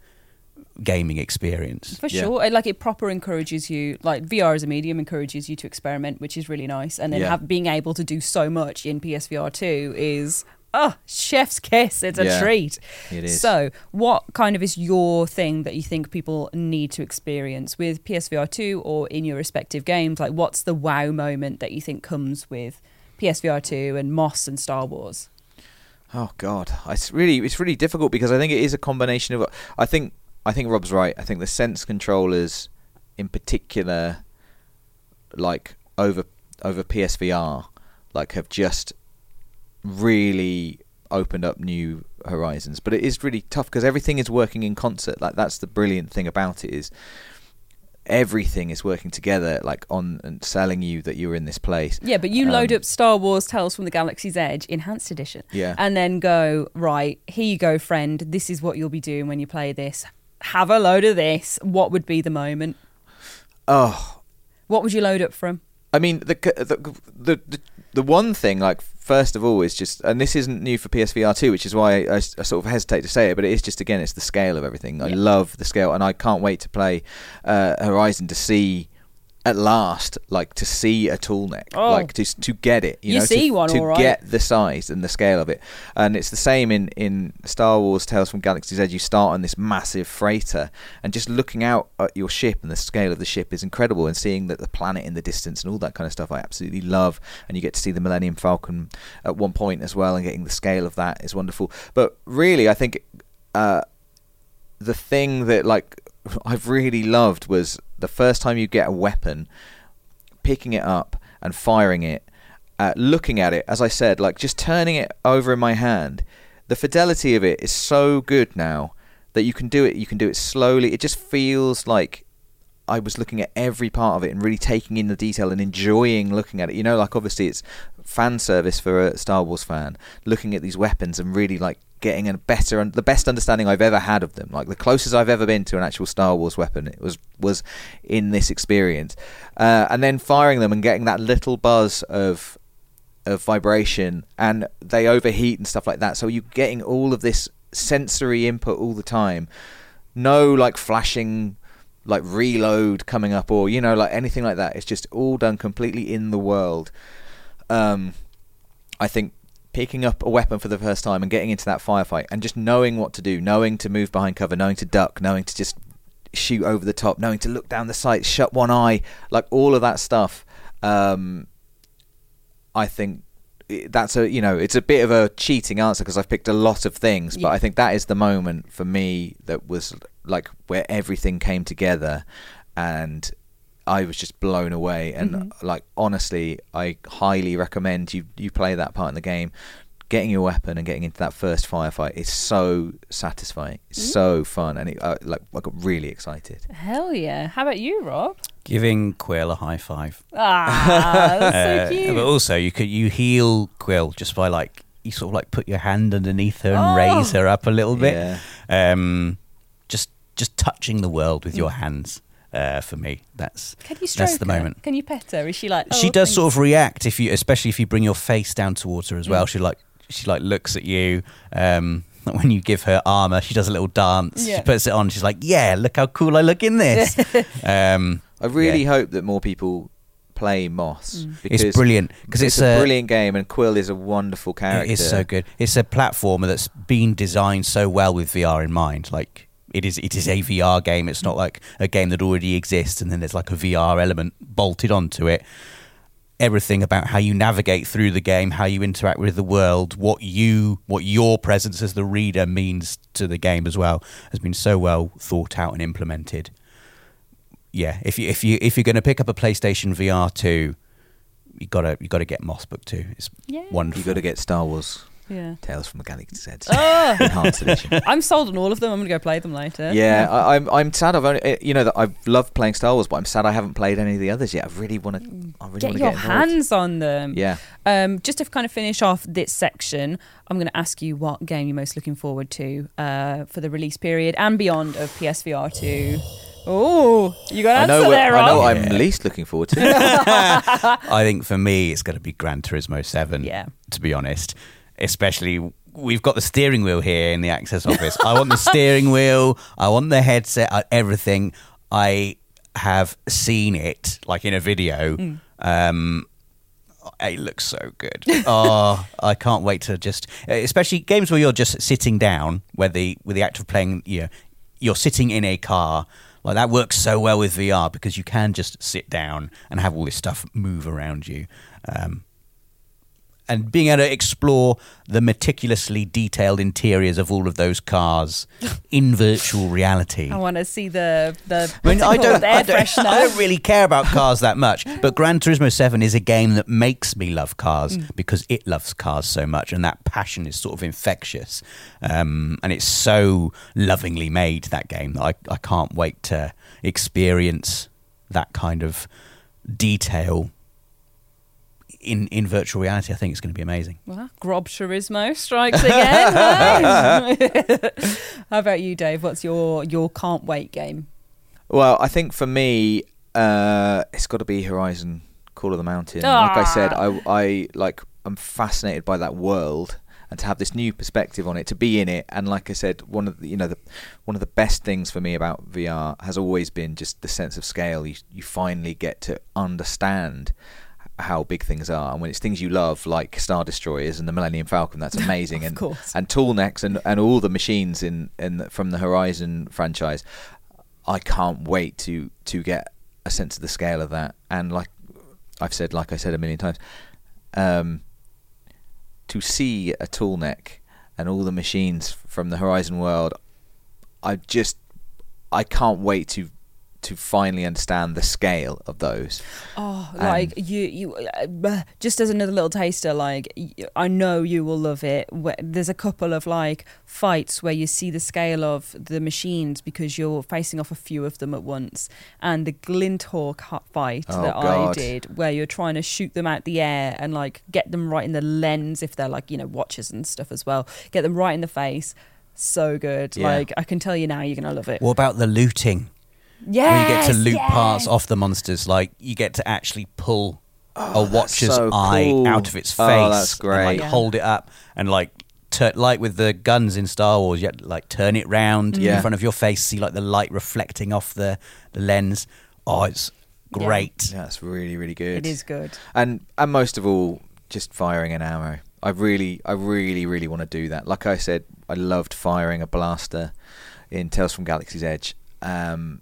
B: gaming experience.
A: For
C: Yeah.
A: sure, It- like it proper encourages you. Like VR as a medium encourages you to experiment, which is really nice. And then
C: Yeah.
A: have, being able to do so much in PSVR two is oh chef's kiss. It's a
C: Yeah.
A: treat.
C: It is.
A: So, what kind of is your thing that you think people need to experience with PSVR two or in your respective games? Like, what's the wow moment that you think comes with PSVR two and Moss and Star Wars?
C: Oh God, it's really it's really difficult because I think it is a combination of. I think I think Rob's right. I think the sense controllers, in particular, like over over PSVR, like have just really opened up new horizons. But it is really tough because everything is working in concert. Like that's the brilliant thing about it is everything is working together. Like on and selling you that you're in this place.
A: Yeah, but you load
C: Um,
A: up Star Wars Tales from the Galaxy's Edge Enhanced Edition.
C: Yeah.
A: And then go, right, here you go, friend. This is what you'll be doing when you play this. Have a load of this. What would be the moment?
C: Oh,
A: What would you load up from?
C: I mean, the, c- the the the the one thing, like first of all, is just, and this isn't new for PSVR two, which is why I, I s- I sort of hesitate to say it, but it is just again, it's the scale of everything. I
A: Yeah.
C: love the scale, and I can't wait to play uh, Horizon to see at last, like to see a tool neck,
A: Oh.
C: like to s- to get it. You,
A: You
C: know,
A: see
C: to,
A: one,
C: to
A: all right.
C: get the size and the scale of it, and it's the same in in Star Wars Tales from Galaxy's Edge. You start on this massive freighter, and just looking out at your ship and the scale of the ship is incredible, and seeing that the planet in the distance and all that kind of stuff, I absolutely love. And you get to see the Millennium Falcon at one point as well, and getting the scale of that is wonderful. But really, I think. Uh, the thing that like I've really loved was the first time you get a weapon, picking it up and firing it, uh, looking at it. As I said, like just turning it over in my hand, the fidelity of it is so good now that you can do it. You can do it slowly. It just feels like I was looking at every part of it and really taking in the detail and enjoying looking at it. You know, like obviously it's fan service for a Star Wars fan, looking at these weapons and really like getting a better and the best understanding I've ever had of them. Like the closest I've ever been to an actual Star Wars weapon it was was in this experience, uh, and then firing them and getting that little buzz of of vibration and they overheat and stuff like that. So you're getting all of this sensory input all the time. No like flashing like reload coming up or you know like anything like that. It's just all done completely in the world. Um I think picking up a weapon for the first time and getting into that firefight and just knowing what to do, knowing to move behind cover, knowing to duck, knowing to just shoot over the top, knowing to look down the sight, shut one eye, like all of that stuff. Um I think i- that's a you know it's a bit of a cheating answer because I've picked a lot of things,
A: Yeah.
C: but I think that is the moment for me that was like where everything came together, and I was just blown away. And like honestly, I highly recommend you you play that part in the game. Getting your weapon and getting into that first firefight is so satisfying. It's so fun, and it, uh, like I got really excited.
A: Hell yeah. How about you, Rob?
B: Giving Quill a high five.
A: Ah, that's so
B: Uh,
A: cute.
B: But also, you could you heal Quill just by like you sort of like put your hand underneath her and raise her up a little bit. Um, just just touching the world with your hands. Uh, for me, that's
A: Can you stroke
B: that's the
A: her?
B: moment.
A: Can you pet her? Is she like? oh,
B: she does sort of react if you, especially if you bring your face down towards her as well. She like she like looks at you. Um, like when you give her armor, she does a little dance.
A: Yeah.
B: She puts it on. She's like, "Yeah, look how cool I look in this." um,
C: I really
B: yeah.
C: hope that more people play Moss because
B: it's brilliant because it's,
C: a,
B: a,
C: brilliant game, and Quill is a wonderful character.
B: It is so good. It's a platformer that's been designed so well with VR in mind. Like it is, it is a VR game. It's not like a game that already exists and then there's like a VR element bolted onto it. Everything about how you navigate through the game, how you interact with the world, what you, what your presence as the reader means to the game as well, has been so well thought out and implemented. Yeah, if you if you if you're going to pick up a PlayStation VR two, you gotta you gotta get Moss Book two. It's
A: Yeah.
B: wonderful.
C: You got to get Star Wars
A: Yeah.
C: Tales from the Galaxy's Edge
A: Oh,
C: enhanced edition.
A: I'm sold on all of them. I'm gonna go play them later.
C: Yeah, I, I'm. I'm sad. I've only. eh, You know that I've loved playing Star Wars, but I'm sad I haven't played any of the others yet. I really want to. I really
A: Get
C: want to
A: your
C: get involved.
A: hands on them.
C: Yeah.
A: Um, just to kind of finish off this section, I'm going to ask you what game you're most looking forward to uh, for the release period and beyond of PSVR 2. Oh, you got
C: I
A: an
C: know,
A: answer
C: what-
A: there,
C: I know
A: Rob.
C: what I'm least looking forward to.
B: I think for me, it's going to be Gran Turismo 7,
A: Yeah.
B: to be honest. Especially, we've got the steering wheel here in the access office. I want the steering wheel, I want the headset, I, everything. I have seen it, like in a video. Um, it looks so good. Oh, I can't wait to just, especially games where you're just sitting down, where the with the act of playing, you know, you're sitting in a car. Like that works so well with VR because you can just sit down and have all this stuff move around you, um, and being able to explore the meticulously detailed interiors of all of those cars in virtual reality.
A: I want to see the the
B: I mean, I don't,
A: air
B: I, don't,
A: freshener.
B: I don't really care about cars that much, but Gran Turismo 7 is a game that makes me love cars because it loves cars so much, and that passion is sort of infectious. Um, and it's so lovingly made, that game, that I, I can't wait to experience that kind of detail in, in virtual reality. I think it's going to be amazing.
A: Well, Grob Turismo strikes again. right? How about you, Dave? What's your your can't wait game?
C: well, I think for me, uh, it's got to be Horizon Call of the Mountain. Like I said, I, I like I'm fascinated by that world. And to have this new perspective on it, to be in it, and like I said, one of the, you know the one of the best things for me about VR has always been just the sense of scale. You you finally get to understand how big things are, and when it's things you love, like Star Destroyers and the Millennium Falcon, that's amazing. and
A: course.
C: and tall necks and, and all the machines in, in the, from the Horizon franchise. I can't wait to to get a sense of the scale of that. And like I've said, like I said a million times, um, to see a tall neck and all the machines from the Horizon world, I just I can't wait to to finally understand the scale of those.
A: Oh,
C: Um,
A: like you, you uh, uh, just as another little taster. Like y- I know you will love it. Wh- There's a couple of like fights where you see the scale of the machines because you're facing off a few of them at once, and the Glinthawk hu- fight
C: Oh,
A: that I
C: God.
A: did, where you're trying to shoot them out the air and like get them right in the lens if they're like you know watches and stuff as well. Get them right in the face. So good.
C: Yeah.
A: Like I can tell you now, you're gonna love it.
B: What about the looting?
A: Yeah.
B: where you get to loot parts off the monsters. Like you get to actually pull a watcher's
C: Oh, so
B: eye
C: cool.
B: out of its face,
C: Oh, that's
B: and like
C: great.
B: hold it up and like. tur like with the guns in Star Wars, you had to, like turn it round in
C: Yeah.
B: front of your face, see like the light reflecting off the, the lens. Oh, it's
A: Yeah.
B: great.
C: Yeah, it's really really
A: It
C: good.
A: is good.
C: and and most of all, just firing an arrow. I really, I really, really want to do that. Like I said, I loved firing a blaster in Tales from Galaxy's Edge, um,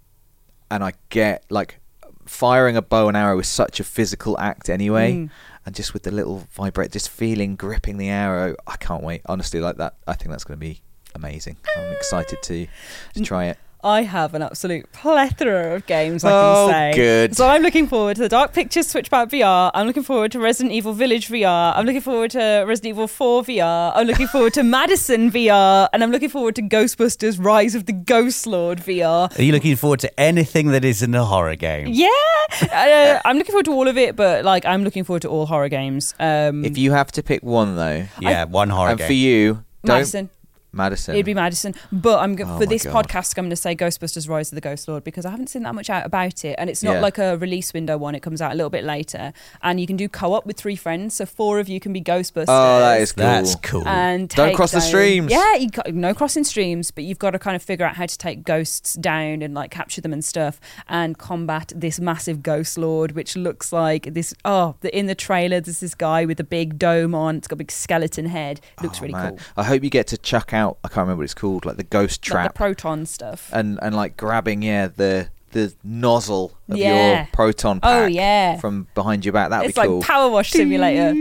C: and I get like firing a bow and arrow is such a physical act anyway,
A: Mm.
C: and just with the little vibrate, just feeling gripping the arrow. I can't wait. Honestly, like that, I think that's going to be amazing. I'm excited to,
A: Mm.
C: to try it.
A: I have an absolute plethora of games I
C: Oh,
A: can say.
C: good.
A: So I'm looking forward to the Dark Pictures Switchback VR. I'm looking forward to Resident Evil Village VR. I'm looking forward to Resident Evil 4 VR. I'm looking forward to Madison VR. And I'm looking forward to Ghostbusters Rise of the Ghost Lord VR.
B: Are you looking forward to anything that is in a horror game?
A: Yeah, uh, I'm looking forward to all of it, but like I'm looking forward to all horror games. Um,
C: If you have to pick one though,
B: Yeah, one horror
C: and
B: game.
C: for you, don't,
A: Madison,
C: Madison.
A: it'd be Madison, but I'm go-
C: Oh
A: for
C: my
A: this
C: God.
A: podcast. I'm going to say Ghostbusters: Rise of the Ghost Lord because I haven't seen that much out about it, and it's not
C: Yeah.
A: like a release window one. It comes out a little bit later, and you can do co-op with three friends, so four of you can be Ghostbusters.
C: Oh, that is cool.
B: That's cool.
A: And
C: Don't
A: take
C: cross the
A: down-
C: streams.
A: Yeah, you got, no crossing streams, but you've got to kind of figure out how to take ghosts down and like capture them and stuff, and combat this massive ghost lord, which looks like this. Oh, the, in the trailer, there's this guy with a big dome on. It's got a big skeleton head. Looks
C: Oh,
A: really
C: man.
A: cool.
C: I hope you get to chuck out. I can't remember what it's called, like the ghost
A: Like the
C: trap,
A: proton stuff.
C: and and like grabbing yeah the the nozzle of
A: Yeah.
C: your proton pack
A: Oh, yeah.
C: from behind your back. That'd
A: it's
C: be
A: like
C: cool.
A: Power Wash Simulator.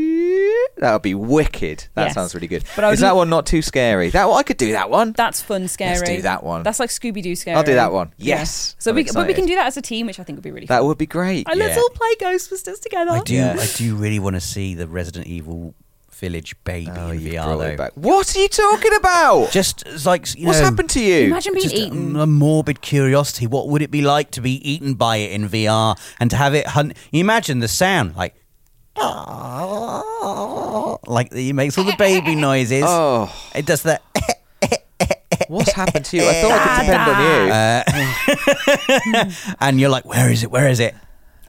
C: that would be wicked. That
A: Yes.
C: sounds really good.
A: But I
C: Is
A: would-
C: that one not too scary? That one, I could do that one.
A: That's fun, scary.
C: Let's do that one.
A: That's like Scooby Doo scary.
C: I'll do that one.
A: Yeah.
C: Yes.
A: So
C: I'm
A: we, but we can
C: excited.
A: do that as a team, which I think would be really.
C: That
A: fun.
C: would be great.
A: And let's
B: yeah.
A: all play Ghostbusters together.
B: I do.
C: Yeah.
B: I do really want to see the Resident Evil Village baby
C: Oh,
B: in
C: you
B: VR
C: brought it
B: though.
C: back. What are you talking about?
B: Just um, it's like you
C: What's
B: know,
C: happened to you?
A: Imagine being
B: just
A: eaten.
B: A, a morbid curiosity. What would it be like to be eaten by it in VR and to have it hunt? You imagine the sound like, like it makes all the baby noises.
C: Oh,
B: It does that.
C: what's happened to you? I thought I could depend on you.
B: Uh, and you're like, where is it? Where is it?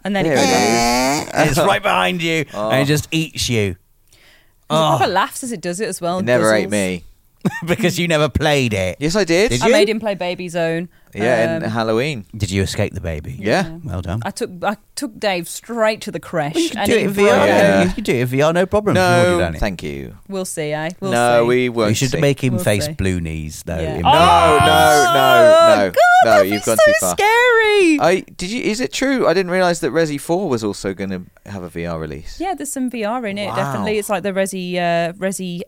A: And then it
C: There
A: goes.
C: it
B: And it's right behind you,
A: Oh.
B: and it just eats you
A: It proper laughs as it does it as well.
C: Oh. It never
A: Guzzles.
C: ate me.
B: because you never played it.
C: Yes, I did.
B: Did
A: I
B: you?
A: made him play Baby Zone.
C: Yeah, in
A: Um,
C: Halloween.
B: Did you escape the baby?
C: Yeah.
B: Well done.
A: I took I took Dave straight to the creche.
B: Well, you can
A: and
B: do it
A: he
B: in VR.
A: broke-
C: Yeah.
B: You can do it in VR, no problem. We've
C: No,
B: already done it.
C: thank you.
A: We'll see, eh? We'll
C: no,
A: see.
C: we won't.
B: You should
C: see.
B: make him
A: We'll
B: face
A: see.
B: blue knees though.
A: Yeah.
B: in
A: Oh,
B: VR.
C: No, no, no, no,
A: God,
C: no,
A: that'd be
C: you've gone
A: so
C: too far.
A: Scary.
C: I did you? Is it true? I didn't realize that Resi Four was also going to have a VR release.
A: yeah, there's some VR in it.
C: Wow.
A: Definitely, it's like the Resi uh, Resi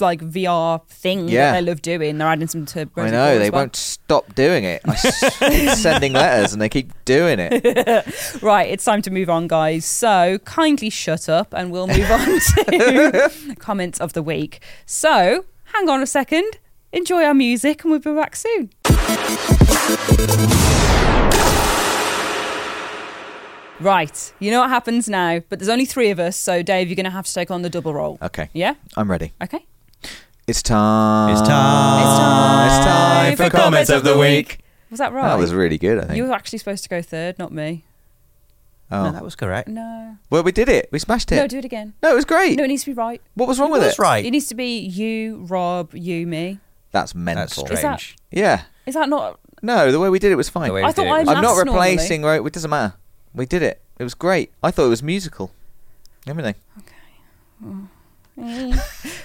A: like VR thing
C: Yeah.
A: that they love doing. They're adding some to.
C: I
A: Resi
C: know
A: four
C: they
A: as well.
C: won't stop doing it. I s- keep sending letters and they keep doing it.
A: Right, it's time to move on, guys. So kindly shut up and we'll move on to comments of the week. So hang on a second, enjoy our music, and we'll be back soon. Right, you know what happens now, but there's only three of us, so Dave, you're going to have to take on the double role.
C: Okay,
A: Yeah?
C: I'm ready.
A: Okay.
C: It's time.
B: It's time. It's time
C: Ah, It's time for comments of the week.
A: Was that right?
C: That was really good. I think.
A: you were actually supposed to go third, not me.
B: No,
C: oh.
B: that was correct.
A: No.
C: Well, we did it. We smashed it.
A: No, do it again.
C: No, it was great.
A: No, it needs to be right.
C: what was wrong with
B: That's
C: it?
A: It
B: right.
A: needs to be you, Rob, you, me.
C: That's
B: That's
C: mental.
A: Is that-
B: strange.
C: yeah.
A: Is that not?
C: No, the way we did it was fine.
B: The way
A: I thought
B: did it
A: I'm
B: was-
C: I'm not
A: last normally.
C: replacing. Right, it doesn't matter. We did it. It was great. I thought it was musical. Everything.
A: Mm.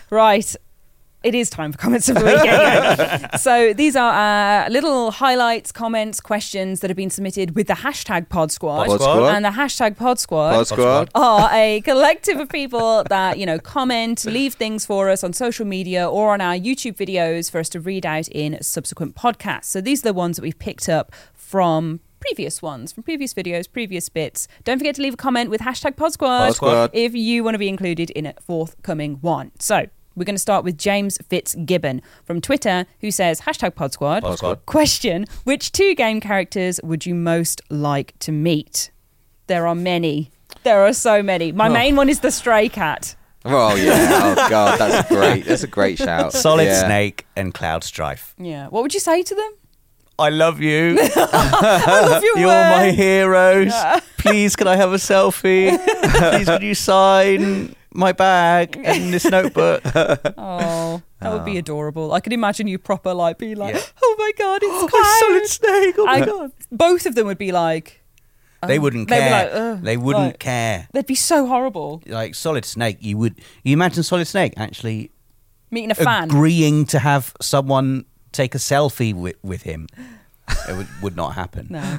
A: right. It is time for comments of the week. anyway. so these are uh, little highlights, comments, questions that have been submitted with the hashtag Pod Squad.
B: Pod Squad.
A: And the hashtag Pod Squad.
C: Pod Squad.
B: Squad.
A: are a collective of people that you know comment, leave things for us on social media or on our YouTube videos for us to read out in subsequent podcasts. So these are the ones that we've picked up from previous ones, from previous videos, previous bits. Don't forget to leave a comment with hashtag PodSquad
C: Pod Squad.
A: if you want to be included in a forthcoming one. So. We're going to start with James Fitzgibbon from Twitter, who says hashtag PodSquad.
B: Pod Squad.
A: Question: Which two game characters would you most like to meet? There are many. There are so many.
B: Oh.
A: My main one is the stray cat.
C: Oh yeah. Oh god, that's great. That's a great shout.
B: Solid
C: Yeah.
B: Snake and Cloud Strife.
A: Yeah. What would you say to them?
B: I love you.
A: I love your
B: Uh,
A: work.
B: You're my heroes. Please, can I have a selfie? Please, can you sign my bag and this notebook?
A: Oh, that would be adorable. I could imagine you proper like be like,
B: Ah. Yeah.
A: oh my god, it's Cloud.
B: Solid Snake. Oh my
A: I-
B: god.
A: Both of them would be like,
B: They wouldn't
A: they'd be
B: care.
A: like, "Ugh,"
B: they wouldn't
A: like-
B: care.
A: they'd be so horrible
B: Like Solid Snake, you would. You imagine Solid Snake actually
A: meeting a fan.
B: agreeing to have someone take a selfie with, with him. It would, would not happen.
A: No.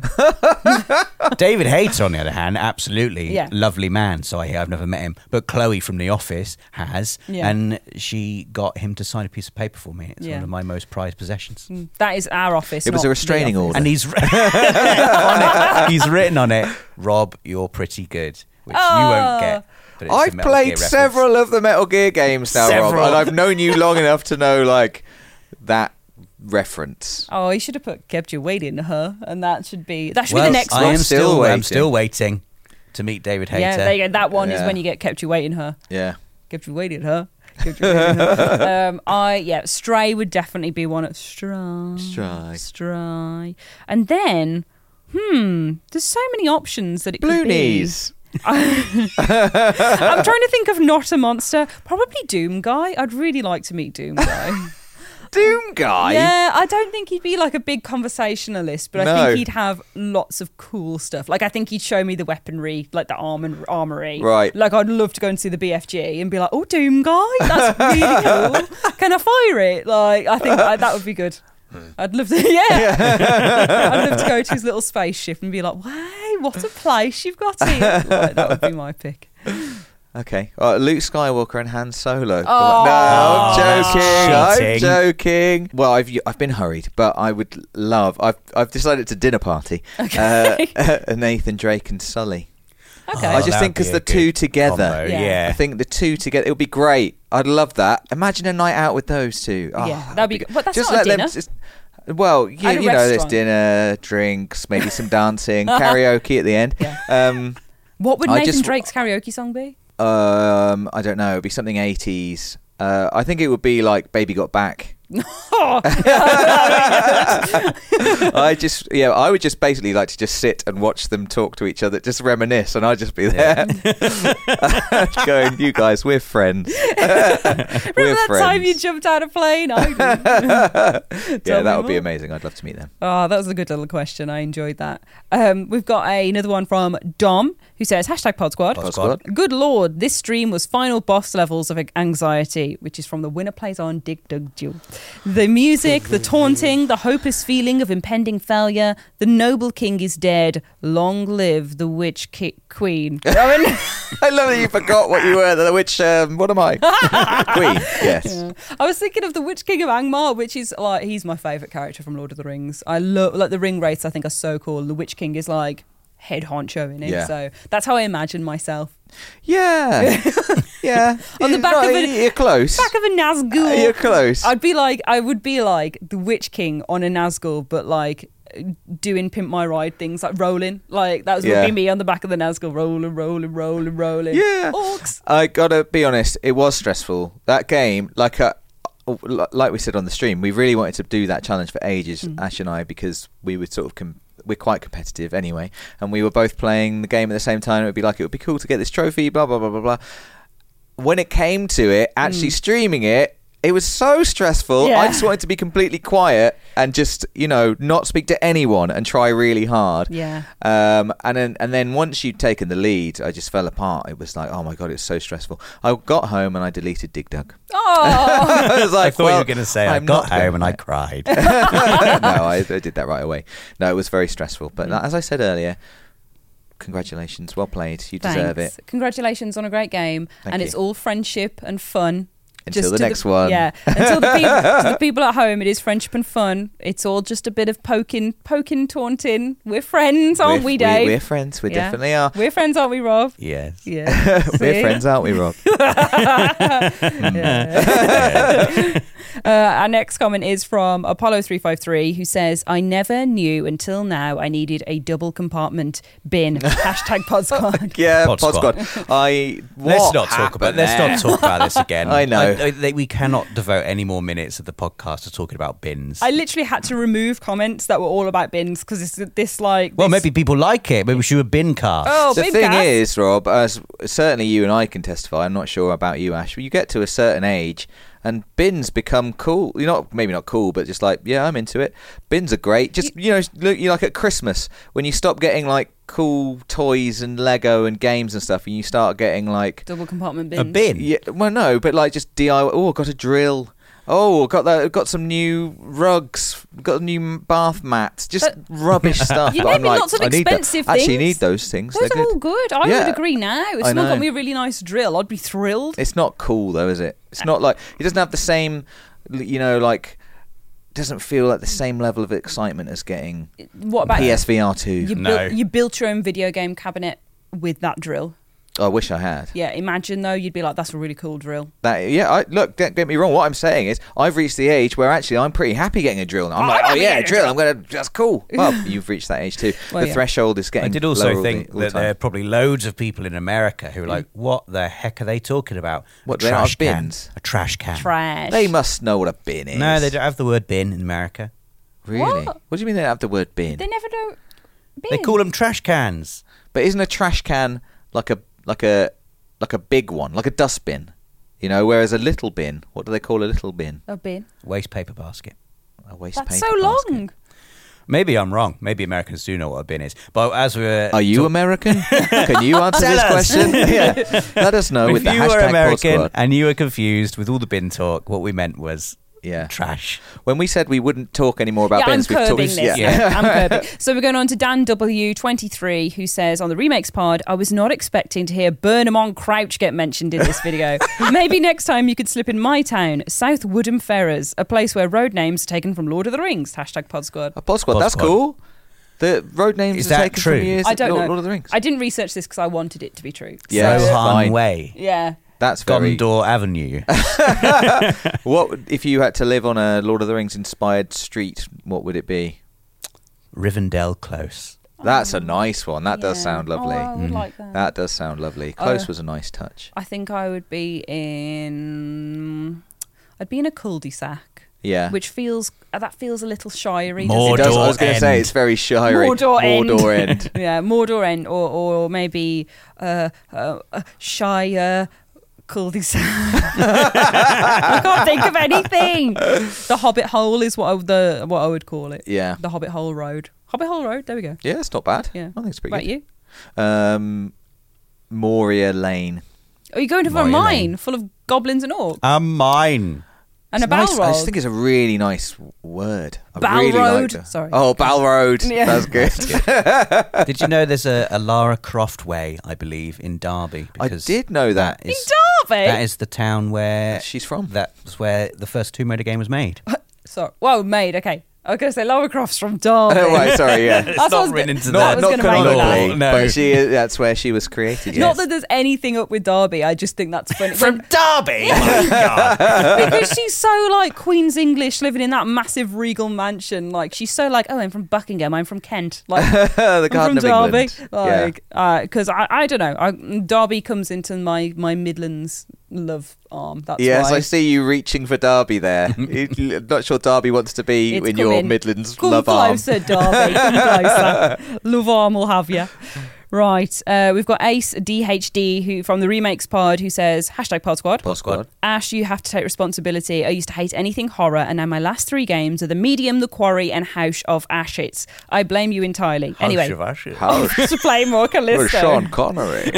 B: David Hayter, on the other hand, absolutely
A: Yeah.
B: lovely man. So I hear I've never met him, but Chloe from The Office has,
A: Yeah.
B: and she got him to sign a piece of paper for me. It's
A: Yeah. Mm.
B: one of my most prized possessions.
A: That is our office.
C: It was
A: not the
C: a restraining
A: office.
C: order.
B: And he's on it, he's written on it, Rob, you're pretty good, which you
A: Oh.
B: won't get. but it's a
C: I've
B: Metal Gear
C: played
B: reference.
C: several of the Metal Gear games now,
B: Several.
C: Rob, and I've known you long enough to know like that reference.
A: Oh, you should have put kept you waiting, huh? And that should be that should
B: Well,
A: be the next
B: I
A: one.
B: am
C: Still
B: still, I'm
C: waiting.
B: still waiting to meet David Hayter.
A: Yeah, there you go. That one is
C: Yeah.
A: when you get kept you waiting, huh?
C: Yeah.
A: Kept you waiting, huh? Kept you waiting, huh? um, I yeah, Stray would definitely be one. of Stray,
C: Stray.
A: Stray, and then hmm, there's so many options that it
C: Blue
A: could be.
C: knees.
A: I'm trying to think of not a monster. Probably Doom Guy. I'd really like to meet Doom Guy.
C: Doom guy.
A: yeah, I don't think he'd be like a big conversationalist, but I
C: No.
A: think he'd have lots of cool stuff. Like I think he'd show me the weaponry, like the armor armory.
C: Right.
A: Like I'd love to go and see the BFG and be like, "Oh, Doom guy, that's really cool. Can I fire it?" Like I think I, that would be good.
C: Hmm.
A: I'd love to, yeah. I'd love to go to his little spaceship and be like, "Wow, what a place you've got here!" Like, that would be my pick.
C: Okay. Uh, Luke Skywalker and Han Solo.
A: Oh.
C: no, I'm
B: Oh,
C: joking.
B: that's
C: I'm
B: cheating.
C: joking. Well, I've I've been hurried, but I would love. I've I've decided it's a dinner party. Okay. Uh, Nathan Drake and Sully.
A: Okay.
B: Oh,
C: I just
B: that'd
C: think because
B: be a
C: the two
B: good
C: together.
B: combo,
A: Yeah.
B: yeah.
C: I think the two together. It would be great. I'd love that. Imagine a night out with those two. Oh,
A: Yeah, that'd be good. But that's
C: just
A: not a
C: let them
A: dinner.
C: just- well, you,
A: At a
C: you know, there's
A: restaurant.
C: dinner, drinks, maybe some dancing, karaoke at the end.
A: Yeah.
C: Um,
A: What would
C: I
A: Nathan
C: just-
A: Drake's karaoke song be?
C: um, I don't know. It'd be something 80s. Uh, I think it would be like Baby Got Back.
A: Oh,
C: I just yeah, I would just basically like to just sit and watch them talk to each other, just reminisce, and I'd just be there going, "You guys, we're friends."
A: Remember that time you jumped out of plane? I do.
C: yeah,
A: Tell
C: that
A: me
C: would be
A: more.
C: amazing. I'd love to meet them.
A: Oh, that was a good little question. I enjoyed that. Um, we've got a, another one from Dom who says hashtag Pod Squad.
B: Pod
C: Squad.
A: Good lord, this stream was final boss levels of anxiety, which is from the winner plays on Dig Dug Duel. The music, the taunting, the hopeless feeling of impending failure, the noble king is dead. Long live the witch ki- queen.
C: I love that you forgot what you were. The witch. Um, what am I? Queen. Yes.
A: I was thinking of the Witch King of Angmar, which is like he's my favorite character from Lord of the Rings. I love like the ring rates. I think are so cool. The Witch King is like head honcho in it,
C: Yeah.
A: so that's how I imagine myself.
C: Yeah. Yeah.
A: On the
C: You're
A: back
C: not-
A: of an-
C: You're close.
A: Back of a Nazgul,
C: Uh, You're close.
A: I'd be like, I would be like the Witch King on a Nazgul, but like doing pimp my ride things like rolling like that was would
C: Yeah.
A: be me on the back of the Nazgul rolling rolling rolling rolling
C: Yeah.
A: orcs
C: I gotta be honest. It was stressful. That game, like uh, like we said on the stream, we really wanted to do that challenge for ages,
A: Hmm.
C: Ash and I, because we were sort of. Com- we're quite competitive anyway, and we were both playing the game at the same time. It would be like it would be cool to get this trophy, blah blah blah blah blah. When it came to it, actually streaming it, it was so stressful.
A: Hmm. Yeah.
C: I just wanted to be completely quiet and just you know not speak to anyone and try really hard.
A: Yeah.
C: Um, and then and then once you'd taken the lead, I just fell apart. It was like, oh my god, it's so stressful. I got home and I deleted Dig Dug.
A: oh
C: I was
B: I
C: like,
B: thought you were going to say i got home and I
C: cried.
B: cried.
C: no, I, I did that right away. No, it was very stressful.
B: Mm.
C: But as I said earlier, congratulations, well played. You deserve
A: Thanks.
C: it.
A: Congratulations on a great game,
C: Thank
A: and
C: you.
A: it's all friendship and fun.
C: Until
A: Just
C: the
A: to
C: next one.
A: yeah. Until the people, to the people at home, it is friendship and fun. It's all just a bit of poking, poking, taunting. We're friends, aren't
C: We're-
A: we, Dave?
C: We're friends. We
A: Yeah.
C: definitely are.
A: We're friends, aren't we, Rob?
B: yes.
A: Yeah,
C: We're
A: See?
C: friends, aren't we, Rob?
A: Yeah. uh, our next comment is from Apollo three five three, who says, "I never knew until now I needed a double compartment bin." Hashtag Pod Squad.
C: yeah,
B: Pod
C: Pod,
B: Squad.
C: Squad. I what
B: Let's not talk about.
C: happened
B: Let's
C: there?
B: not talk about this again.
C: I know.
B: they- we cannot devote any more minutes of the podcast to talking about bins.
A: I literally had to remove comments that were all about bins because this, this like
B: well,
A: this-
B: maybe people like it. Maybe we should do a bin cast.
A: Oh,
C: the
A: bin
C: thing
A: cast.
C: is, Rob, as certainly you and I can testify. I'm not sure about you, Ash. But you get to a certain age, and bins become cool. You're not maybe not cool, but just like yeah, I'm into it. Bins are great. Just you know, look, you like at Christmas when you stop getting like cool toys and Lego and games and stuff, and you start getting like
A: double compartment bins.
B: a bin.
C: yeah, well, no, but like just DIY. Oh, I got a drill. Oh, I got that. I Got some new rugs. Got a new bath mat. Just
A: But-
C: rubbish stuff.
A: You
C: but
A: gave
C: I'm
A: me
C: like,
A: lots of
C: I need that.
A: expensive
C: Actually, you
A: things.
C: need those things.
A: Those
C: They're
A: are
C: good.
A: all good. I
C: Yeah.
A: would agree now. If
C: I
A: someone got
C: know.
A: me a really nice drill, I'd be thrilled.
C: It's not cool though, is it? It's not like it doesn't have the same, you know, like doesn't feel like the same level of excitement as getting
A: What about
C: PSVR two.
A: you?
B: No.
A: Built, you built your own video game cabinet with that drill.
C: I wish I had
A: Yeah, imagine though, you'd be like, "That's a really cool drill."
C: that. Yeah, I, look, don't get me wrong. What I'm saying is, I've reached the age where actually I'm pretty happy getting a drill. Now. I'm
A: Oh,
C: like,
A: I'm
C: oh
A: happy
C: yeah,
A: getting
C: a
A: a
C: drill. I'm gonna that's cool. Well, you've reached that age too.
A: Well,
C: the
A: yeah.
C: threshold is getting.
B: I did
C: lower
B: also
C: all
B: think
C: the, all the
B: that there are
C: time. Mm.
B: probably loads of people in America who are like, "What the heck are they talking about?
C: What,
B: a
C: they're not
B: trash can?
C: bins?
B: A trash can?
A: Trash.
C: they must know what a bin is.
B: No, they don't have the word bin in America.
C: Really?
A: What?
C: What? do you mean they don't have the word bin?
A: They never know. Bin.
B: They call them trash cans.
C: But isn't a trash can like a like a like a big one, like a dustbin? You know, whereas a little bin, what do they call a little bin?
A: a bin.
B: Waste paper basket.
C: A waste
A: That's so
C: paper basket.
A: long.
B: Maybe I'm wrong. Maybe Americans do know what a bin is. But as we were
C: Are you
B: talk-
C: American? Can you answer
B: Tell
C: this
B: us.
C: question? yeah. Let us know
B: if
C: Uh, with the
B: you
C: hashtag
B: were
C: Pod
B: American
C: Squad.
B: and you were confused with all the bin talk, what we meant was
C: Yeah.
B: trash.
C: When we said we wouldn't talk anymore about
A: yeah, I'm
C: bins, we've
A: curbing
C: talked.
A: this.
C: Yeah.
A: Yeah, I'm curbing. So we're going on to Dan W23, who says on the remakes pod, I was not expecting to hear Burnham on Crouch get mentioned in this video. Maybe next time you could slip in my town, South Woodham Ferrers, a place where road names are taken from Lord of the Rings. Hashtag Pod Squad.
C: A Pod Squad.
B: Pod
C: That's
B: Squad.
C: cool. The road names
B: Is
C: are
B: that
C: taken
B: true?
C: from years
A: I don't
C: Lord,
A: know.
C: Lord of the Rings.
A: I didn't research this because I wanted it to be true.
C: Yeah,
A: So,
C: it's
B: Rohan
C: fine.
B: Way,
A: yeah.
C: That's very.
B: Gondor Avenue.
C: What would- if you had to live on a Lord of the Rings inspired street? What would it be?
B: Rivendell Close.
C: That's a nice one. That does
A: Yeah.
C: sound
A: Oh,
C: lovely. Mm-hmm.
A: I would like that.
C: That does sound lovely.
A: Uh,
C: Close was a nice touch.
A: I think I would be in. I'd be in a cul de sac.
C: Yeah.
A: which feels uh, that feels a little shiry.
B: More
C: it
A: doesn't
C: does. I
B: Mordor
C: was going to say
B: End.
C: it's very shy.
A: Mordor End.
C: Mordor End.
A: it? yeah, Mordor End, or or maybe uh, uh, uh, Shire cul-de-sac. I can't think of anything. The Hobbit Hole is what I, would- the what I would call it.
C: yeah.
A: The Hobbit Hole Road. Hobbit Hole Road. There we go.
C: Yeah, it's not bad.
A: Yeah.
C: I think it's pretty
A: About
C: good.
A: you?
C: Um, Moria Lane.
A: Are you going to a
B: Mine.
A: mine full of goblins and orcs
B: A mine.
A: and a
C: It's nice-
A: Balrog?
C: I just think it's a really nice word. I
A: Balrog.
C: really liked it.
A: Sorry.
C: Oh, Balroad.
A: Yeah.
C: That's good.
B: Did you know there's a, a Lara Croft way, I believe, in Derby?
C: I did know that.
B: That is,
A: Derby.
B: that is the town where
C: She's from.
B: That's where the first Tomb Raider game was made.
A: Sorry. Whoa, maid. Okay. I was going to say Lara Croft's from Derby.
C: Oh, right, sorry, yeah.
A: That's what I was gonna-
B: into
A: that
B: the-
A: was Not gonna make me
B: canonically,
A: laugh.
B: No.
C: but she is, that's where she was created.
A: Not
C: Yes.
A: that there's anything up with Derby. I just think that's funny.
B: From
A: When-
B: Derby. Oh, my God.
A: because she's so like Queen's English, living in that massive regal mansion. Like she's so like, oh, I'm from Buckingham. I'm from Kent. Like
C: the
A: I'm
C: Garden
A: from
C: of
A: Derby. Oh,
C: England. Yeah.
A: Like, because I, I don't know. I, Derby comes into my my Midlands love arm. That's
C: Yes,
A: why.
C: I see you reaching for Derby there. You- Not sure Derby wants to be
A: It's
C: in your
A: coming.
C: Midlands
A: Come
C: love arm.
A: closer, Derby. Come closer. Love arm will have you. Right. Uh, we've got Ace DHD who from the remakes pod who says hashtag Pod Squad.
C: Pod Squad.
A: Ash, you have to take responsibility. I used to hate anything horror, and now my last three games are The Medium, The Quarry, and House of Ashes. I blame you entirely. anyway,
C: How?
A: to play more
C: Or
A: Callisto.
C: Sean Connery.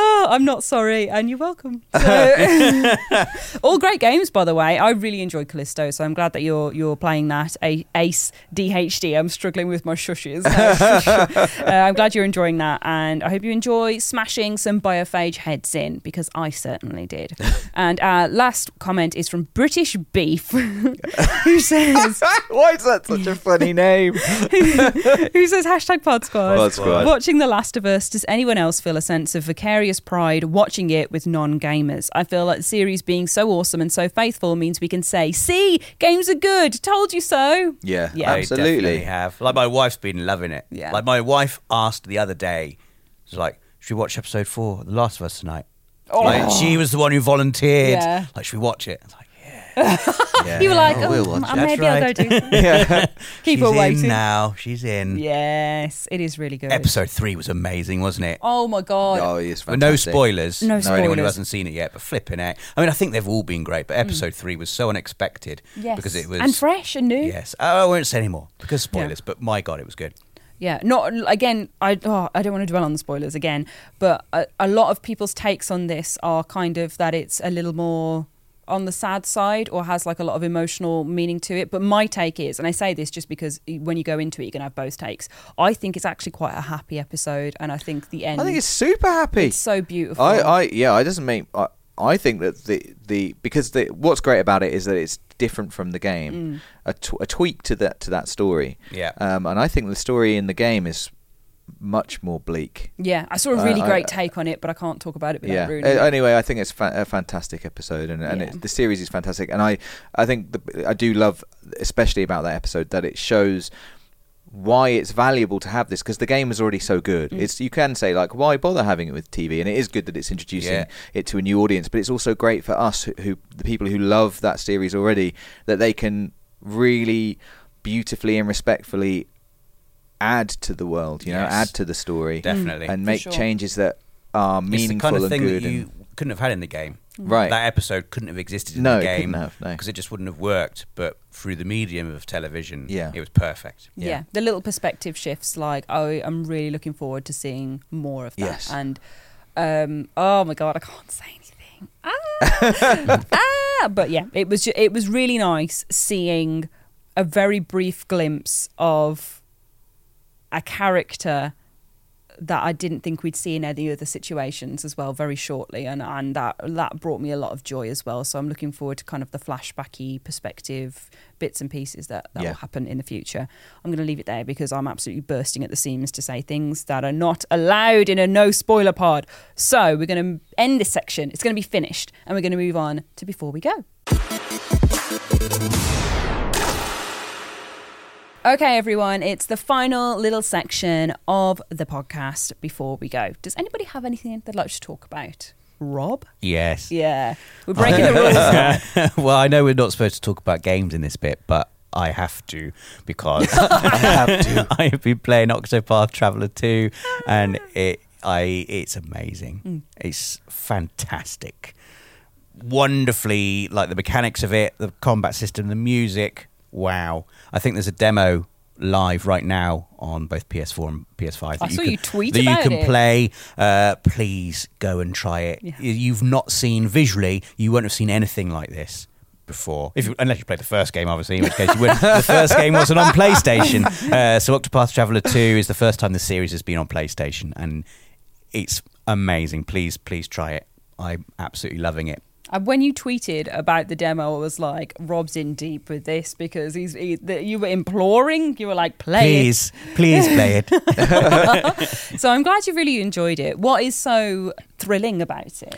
A: Oh, I'm not sorry, and you're welcome. So- all great games, by the way. I really enjoyed Callisto, so I'm glad that you're you're playing that. A- Ace DHD. I'm struggling with my shushes. Uh, I'm glad you're enjoying that, and I hope you enjoy smashing some biophage heads in because I certainly did. And our last comment is from British Beef, who says
C: Why is that such a funny name?
A: who says hashtag Pod Squad.
C: Pod Squad.
A: Watching The Last of Us, does anyone else feel a sense of vicarious pride watching it with non gamers? I feel like the series being so awesome and so faithful means we can say, see, games are good, told you so.
C: Yeah,
A: Yeah.
B: I definitely
C: absolutely.
B: have. Like my wife's been loving it.
A: Yeah.
B: Like my wife asked the other day, she's like, "Should we watch episode four, of The Last of Us tonight?" Like she was the one who volunteered.
A: Oh. Yeah.
B: Like, should we watch it? I was like, yeah.
C: Yeah.
A: You were like,
C: Oh, we'll
A: oh,
C: watch
A: mm,
B: it.
A: maybe
B: That's
A: I'll go do something.
C: Yeah.
A: Keep
B: She's
A: her
B: in
A: waiting.
B: now. She's in.
A: Yes, it is really good.
B: Episode three was amazing, wasn't it?
A: Oh my God.
C: Oh, it's
B: Well, no
C: fantastic.
B: spoilers.
A: No
B: For anyone who
A: spoilers. Mm.
B: hasn't seen it yet, but flipping out. I mean, I think they've all been great, but episode three was so unexpected
A: Yes.
B: because it was
A: and fresh and new.
B: Yes. Oh, I won't say any more because spoilers. But my God, it was good.
A: Yeah, not again. I oh, I don't want to dwell on the spoilers again, but a, a lot of people's takes on this are kind of that it's a little more on the sad side or has like a lot of emotional meaning to it. But my take is, and I say this just because when you go into it, you're gonna have both takes. I think it's actually quite a happy episode, and I think the end.
C: I think it's super happy.
A: it's so beautiful.
C: I, I, yeah, I doesn't make. I, I think that the the because the what's great about it is that it's different from the
A: Mm.
C: game, a, tw- a tweak to that to that story.
B: Yeah.
C: Um, and I think the story in the game is much more bleak.
A: yeah, I saw a
C: I-
A: really
C: I- uh,
A: great take on it, but I can't talk about it without
C: yeah.
A: ruining.
C: Uh,
A: it.
C: Anyway, I think it's fa- a fantastic episode, and, and
A: Yeah.
C: it's the series is fantastic. And I, I think the, I do love, especially about that episode, that it shows why it's valuable to have this because the game is already so good.
A: Mm.
C: It's you can say like, why bother having it with TV? And it is good that it's introducing
B: Yeah.
C: it to a new audience, but it's also great for us who, who the people who love that series already that they can really beautifully and respectfully add to the world, you know,
B: Yes.
C: add to the story
B: Definitely.
C: and
A: Mm. For
C: make
A: sure.
C: changes that are meaningful
B: it's the kind of
C: and
B: thing
C: good.
B: that
C: and-
B: you couldn't have had in the game.
C: Right.
B: That episode couldn't have existed in
C: No,
B: the
C: it
B: game
C: couldn't have, no.
B: because it just wouldn't have worked. But through the medium of television,
C: Yeah.
B: it was perfect.
A: yeah.
C: Yeah.
A: the little perspective shifts like I am really looking forward to seeing more of that
C: Yes.
A: and um oh my god I can't say anything ah, ah but yeah it was ju- it was really nice seeing a very brief glimpse of a character that I didn't think we'd see in any other situations as well very shortly and and that that brought me a lot of joy as well so I'm looking forward to kind of the flashbacky perspective bits and pieces that that
C: Yeah.
A: will happen in the future I'm going to leave it there because I'm absolutely bursting at the seams to say things that are not allowed in a no spoiler pod so we're going to end this section it's going to be finished and we're going to move on to before we go Okay, everyone, it's the final little section of the podcast before we go. Does anybody have anything they'd like to talk about? Rob?
B: Yes.
A: Yeah. We're breaking the rules.
B: well, I know we're not supposed to talk about games in this bit, but I have to because I have to. I have been playing Octopath Traveler 2 and it I it's amazing.
A: Hmm.
B: It's fantastic. Wonderfully like the mechanics of it, the combat system, the music. Wow. I think there's a demo live right now on both PS4 and PS5 that
A: I saw
B: can,
A: you tweet
B: that
A: about
B: you can
A: it.
B: play play, uh, please go and try it.
A: Yeah.
B: You- You've not seen visually, you won't have seen anything like this before, if you, unless you played the first game, obviously, in which case you would. the first game wasn't on PlayStation. Uh, so Octopath Traveler 2 is the first time the series has been on PlayStation, and it's amazing. Please, please try it. I'm absolutely loving it.
A: And Uh, when you tweeted about the demo, I was like, Rob's in deep with this because he's he, the, you were imploring, you were like, play it.
B: Please, please play it.
A: So I'm glad you really enjoyed it. What is so thrilling about it?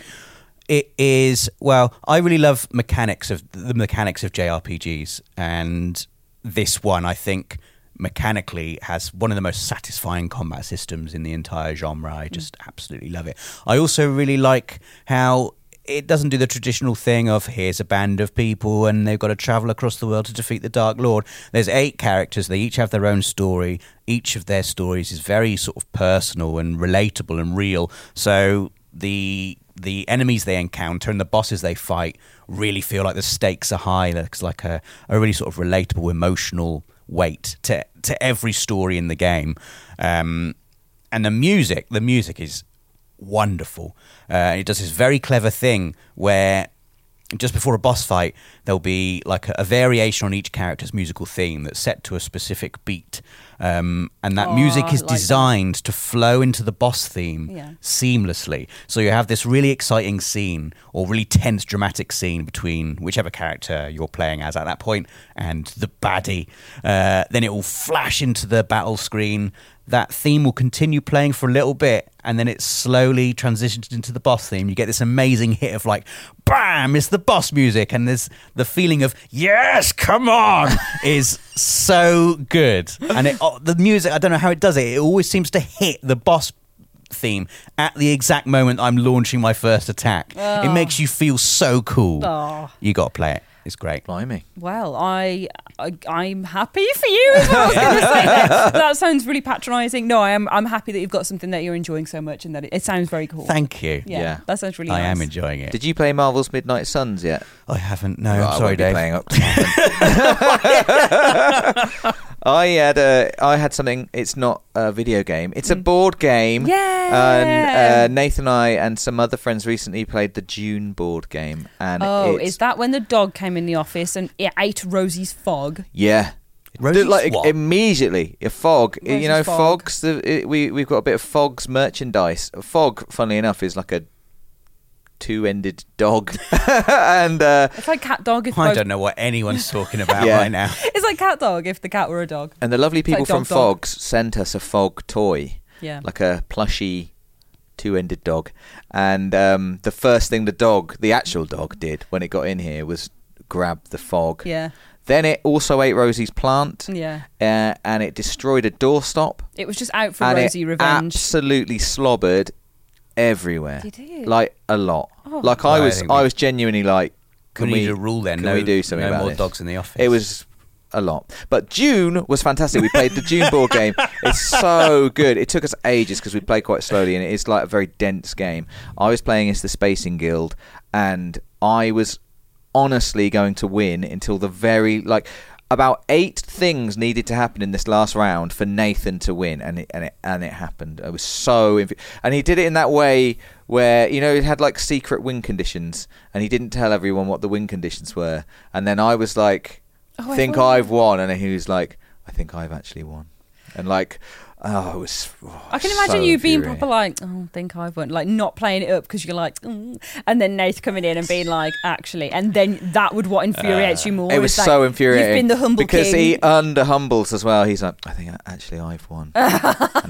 B: it is well i really love mechanics of the mechanics of jrpgs and this one i think mechanically has one of the most satisfying combat systems in the entire genre i just absolutely love it i also really like how it doesn't do the traditional thing of here's a band of people and they've got to travel across the world to defeat the Dark Lord. There's eight characters, they each have their own story. Each of their stories is very sort of personal and relatable and real. So the the enemies they encounter and the bosses they fight really feel like the stakes are high. There's like a, a really sort of relatable, emotional weight to to every story in the game. Um, and the music, the music is wonderful. Uh, and it does this very clever thing where just before a boss fight, there'll be like a, a variation on each character's musical theme that's set to a specific beat. Um, and that
A: Oh,
B: music
A: I
B: is
A: like that.
B: designed to flow into the boss theme
A: Yeah.
B: seamlessly. So you have this really exciting scene or really tense, dramatic scene between whichever character you're playing as at that point and the baddie. Uh, then it will flash into the battle screen. That theme will continue playing for a little bit, and then it slowly transitions into the boss theme. You get this amazing hit of like, bam! It's the boss music, and there's the feeling of yes, come on, is so good. And it, oh, the music, I don't know how it does it. It always seems to hit the boss theme at the exact moment I'm launching my first attack.
A: Ah.
B: It makes you feel so cool.
A: Oh.
B: You got to play it. It's great.
C: Blimey.
A: Well, I, I I'm happy for you. Is what I was going to say. That, that sounds really patronising. No, I am. I'm happy that you've got something that you're enjoying so much, and that it, it sounds very cool.
B: Thank you.
A: yeah,
C: Yeah.
A: that sounds really.
B: I
A: nice.
B: am enjoying it.
C: Did you play Marvel's Midnight Suns yet?
B: I haven't. No,
C: Right,
B: I'm
C: I
B: sorry,
C: won't be
B: Dave.
C: playing up. I had a, I had something. It's not a video game. It's a board game.
A: Yeah.
C: And uh, Nathan and I and some other friends recently played the Dune board game, and
A: Oh,
C: it's,
A: is that when the dog came in the office and it ate Rosie's fog?
C: yeah.
B: Rosie's
C: like
B: what?
C: immediately, a fog.
A: Rosie's
C: you know,
A: fog.
C: fogs. The, it, we we've got a bit of fogs merchandise. Fog, funnily enough, is like a two-ended dog, and uh,
A: It's like cat dog. If
B: I
A: both-
B: don't know what anyone's talking about
C: Yeah.
B: right now.
A: It's like cat dog if the cat were a dog.
C: and the lovely people
A: like
C: from
A: dog, dog.
C: Fogs sent us a fog toy.
A: Yeah.
C: like a plushy two-ended dog and um, the first thing the dog the actual dog did when it got in here was grab the fog
A: yeah.
C: then it also ate rosie's plant
A: Yeah.
C: uh, and it destroyed a doorstop
A: It was just out for
C: and
A: Rosie
C: it
A: revenge.
C: absolutely slobbered everywhere
A: Did it?
C: like a lot
A: Oh.
C: like
B: I
C: i was
B: think
C: i
B: we-
C: was genuinely like can
B: we
C: we,
B: need a rule then?
C: can
B: no,
C: we do something
B: no
C: about
B: more
C: this?
B: dogs in the office.
C: It was a lot, but June was fantastic. We played the June board game. It's so good. It took us ages because we played quite slowly, and it is like a very dense game. I was playing as the Spacing Guild, and I was honestly going to win until the very like about eight things needed to happen in this last round for Nathan to win, and it and it and it happened. I was so inv- and he did it in that way where you know it had like secret win conditions, and he didn't tell everyone what the win conditions were, and then I was like,
A: Oh, I
C: think
A: thought-
C: I've won, and he was like, I think I've actually won, and like, oh, it was. oh,
A: I can
C: so
A: imagine you being
C: infuriating.
A: proper like, oh, I think I've won, like not playing it up because you're like, mm. and then Nate coming in and being like, actually, and then that would what infuriates you more.
C: Uh, It
A: is
C: was
A: like,
C: so infuriating.
A: You've been the humble
C: because
A: king.
C: he under humbles as well. He's like, I think uh, actually I've won, and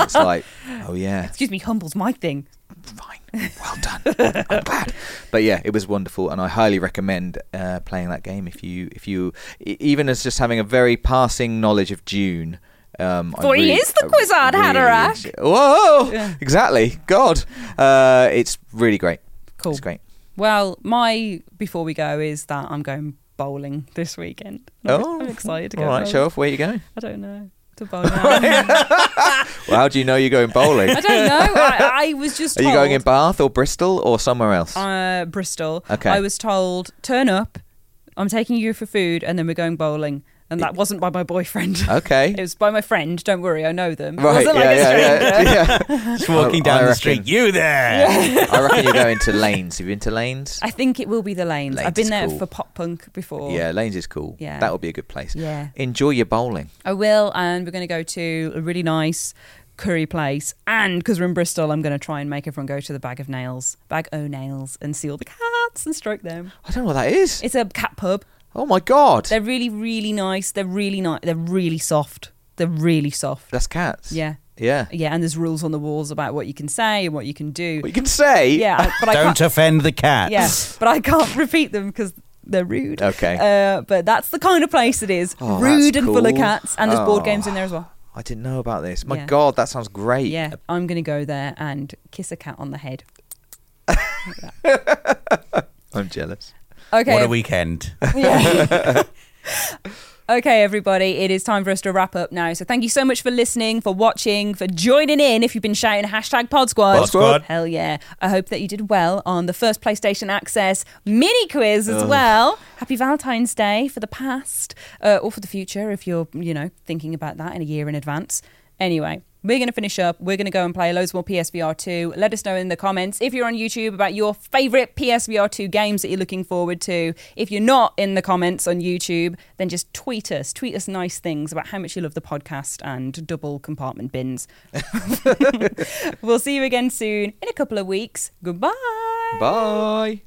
C: it's like, oh yeah,
A: Excuse me, humble's my thing.
C: fine, well done, I'm glad. But yeah, it was wonderful, and I highly recommend uh, playing that game if you if you e- even as just having a very passing knowledge of June. Um, I
A: For he is the
C: I
A: Quizard, Haderach.
C: Whoa!
A: Yeah.
C: Exactly. God. Uh, it's really great.
A: Cool.
C: It's great.
A: Well, my before we go is that I'm going bowling this weekend. I'm,
C: Oh,
A: I'm excited to go.
C: All right,
A: bowling.
C: show off. Where you going?
A: I don't know. To bowling. alley.
C: Well, how do you know you're going bowling?
A: I don't know. I, I was just.
C: Are you going in
A: told-
C: Bath or Bristol or somewhere else?
A: uh, Bristol.
C: Okay.
A: I was told, turn up, I'm taking you for food, and then we're going bowling. And that wasn't by my boyfriend.
C: Okay.
A: it was by my friend. Don't worry, I know them. It
C: Right.
A: wasn't like a
C: yeah,
A: stranger.
C: yeah, yeah, yeah.
B: Just walking
C: I-
B: down
C: I
B: the
C: reckon-
B: street. You there?
C: I reckon you're going to Lanes. Have you been to Lanes?
A: I think it will be the lanes.
C: Lanes
A: I've been
C: is
A: there
C: cool.
A: for pop punk before.
C: Yeah, Lanes is cool.
A: Yeah.
C: That would be a good place.
A: Yeah.
C: Enjoy your bowling.
A: I will, and we're going to go to a really nice curry place. And because we're in Bristol, I'm going to try and make everyone go to the bag of nails, bag o nails, and see all the cats and stroke them.
C: I don't know what that is.
A: It's a cat pub.
C: Oh my god.
A: They're really, really nice. They're really nice. They're really soft. They're really soft.
C: That's cats.
A: Yeah.
C: Yeah.
A: Yeah, and there's rules on the walls about what you can say and what you can do.
C: But you can say.
A: Yeah, I- but I
B: Don't
A: can't.
B: offend the cats.
A: Yeah, but I can't repeat them because they're rude.
C: Okay.
A: Uh, but that's the kind of place it is.
C: Oh,
A: rude
C: that's
A: and full of
C: cool.
A: cats, and there's board
C: Oh.
A: games in there as well.
C: I didn't know about this. My
A: Yeah.
C: god, that sounds great.
A: Yeah, I'm gonna go there and kiss a cat on the head.
C: I'm jealous.
A: Okay.
B: What a weekend.
A: Yeah. okay, everybody, it is time for us to wrap up now. So thank you so much for listening, for watching, for joining in. If you've been shouting hashtag Pod Squad,
B: Pod Squad.
A: hell yeah! I hope that you did well on the first PlayStation Access mini quiz as well. Happy Valentine's Day for the past uh, or for the future, if you're you know thinking about that in a year in advance. Anyway. We're going to finish up. We're going to go and play loads more PSVR 2. Let us know in the comments if you're on YouTube about your favorite PSVR 2 games that you're looking forward to. If you're not in the comments on YouTube, then just tweet us. Tweet us nice things about how much you love the podcast and double compartment bins. we'll see you again soon in a couple of weeks. Goodbye.
C: Bye.